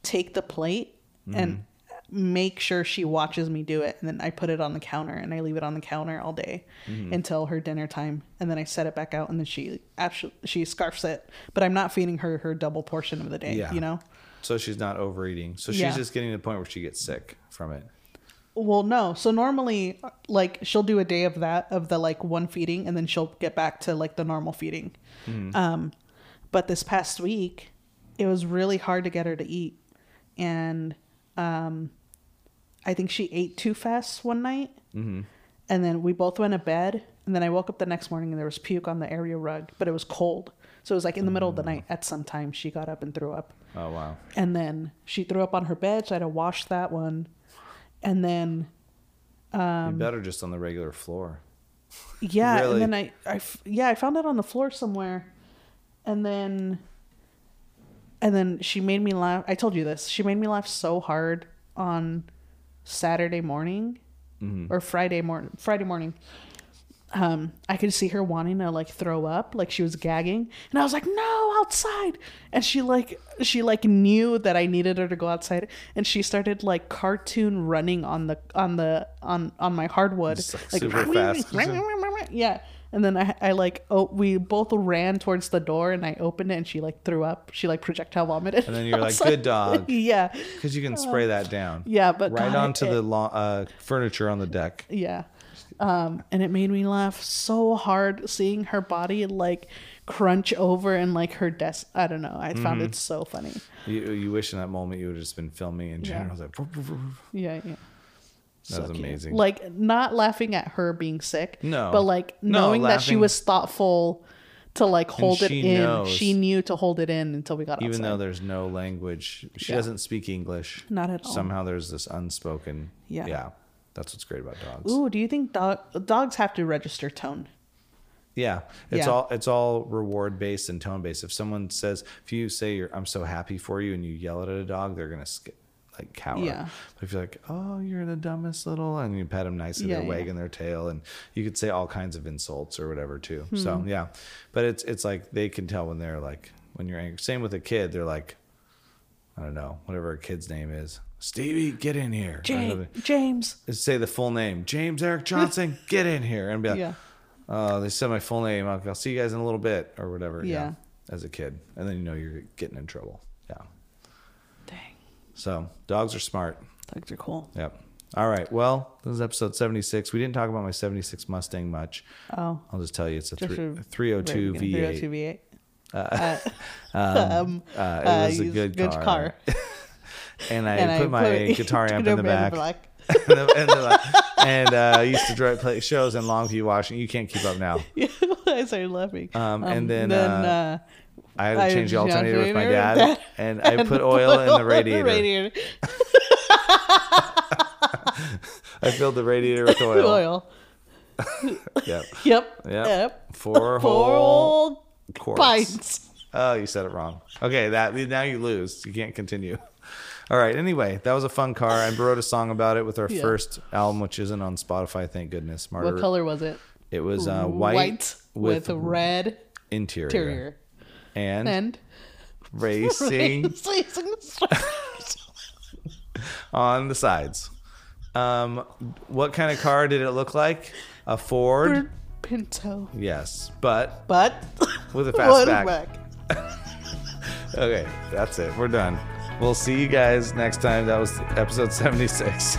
take the plate and make sure she watches me do it, and then I put it on the counter and I leave it on the counter all day until her dinner time, and then I set it back out, and then she actually she scarfs it. But I'm not feeding her her double portion of the day. Yeah. You know. So she's not overeating. So she's Yeah. just getting to the point where she gets sick from it. Well, no. So normally, like, she'll do a day of that, of the like one feeding, and then she'll get back to like the normal feeding. Um, but this past week, it was really hard to get her to eat. And um, I think she ate too fast one night. And then we both went to bed. And then I woke up the next morning and there was puke on the area rug, but it was cold. So it was like in the middle of the night at some time, she got up and threw up. Oh wow. And then she threw up on her bed, so I had to wash that one. And then Um, you better just on the regular floor. yeah, Really? and then I, I f- yeah, I found that on the floor somewhere. And then and then she made me laugh. I told you this. She made me laugh so hard on Saturday morning Mm-hmm. or Friday morning. Friday morning. Um, I could see her wanting to like throw up, like she was gagging, and I was like, "No, outside!" And she like she like knew that I needed her to go outside, and she started like cartoon running on the on the on on my hardwood, Just, like, super fast. yeah. And then I, I like oh we both ran towards the door and I opened it and she like threw up. She like projectile vomited. And then you're I was like, "Good dog." yeah, Because you can spray that down. uh, yeah, but Right God, onto it- the lo- uh, furniture on the deck. yeah. Um, and it made me laugh so hard seeing her body like crunch over and like her desk. I don't know. I found Mm-hmm. it so funny. You, you wish in that moment you would have just been filming in Yeah. general. Like, "Vroom, vroom, vroom." Yeah, yeah. That was amazing. Like not laughing at her being sick. No. But like No, knowing that she laughing- was thoughtful to like hold it she in. knows. She knew to hold it in until we got Even outside. though there's no language, she Yeah. doesn't speak English. Not at all. Somehow there's this unspoken. Yeah. Yeah. That's what's great about dogs. Ooh, do you think dog dogs have to register tone? Yeah, it's Yeah. all it's all reward based and tone based. If someone says, if you say you're, I'm so happy for you, and you yell it at a dog, they're gonna skip. like cower. Yeah. But if you're like, oh, you're the dumbest little, and you pet them nicely, Yeah, they're yeah. wagging their tail, and you could say all kinds of insults or whatever too. Hmm. So yeah, but it's it's like they can tell when they're like when you're angry. Same with a kid, they're like, I don't know, whatever a kid's name is, Stevie, get in here. James, James. Say the full name, James Eric Johnson, get in here, and be like, Yeah. uh, they said my full name. I'll, I'll see you guys in a little bit or whatever. Yeah. As a kid. And then you know you're getting in trouble. Yeah. Dang, So dogs are smart. dogs are cool. Yep. All right. Well, this is episode 76. We didn't talk about my 76 Mustang much. Oh, I'll just tell you it's a Just three, a 302 Reagan, 302 V8. V8. Um, uh, it was a he's good, car. car. And I And put my it- guitar amp turned in the over back. black. and the- and, the- and, uh, I used to drive play shows in Longview, Washington. You can't keep up now. I started laughing. Um, and then, uh, uh, I had to change the I- alternator with my alternator dad, with that. and I put oil in the radiator. radiator. I filled the radiator with Oil. oil. Yep. Yep. Yep. Yep. Four whole Four quarts. pints. Oh, you said it wrong. Okay, that now you lose. You can't continue. All right. Anyway, that was a fun car. I wrote a song about it with our Yeah. first album, which isn't on Spotify. Thank goodness. Martyr. What color was it? It was uh, white, with, with, a red interior, interior. and, And racing Racing stripes. on the sides. Um, what kind of car did it look like? A Ford. Pinto. Yes, but But with a What a fastback. back. Okay, that's it. We're done. We'll see you guys next time. That was episode 76.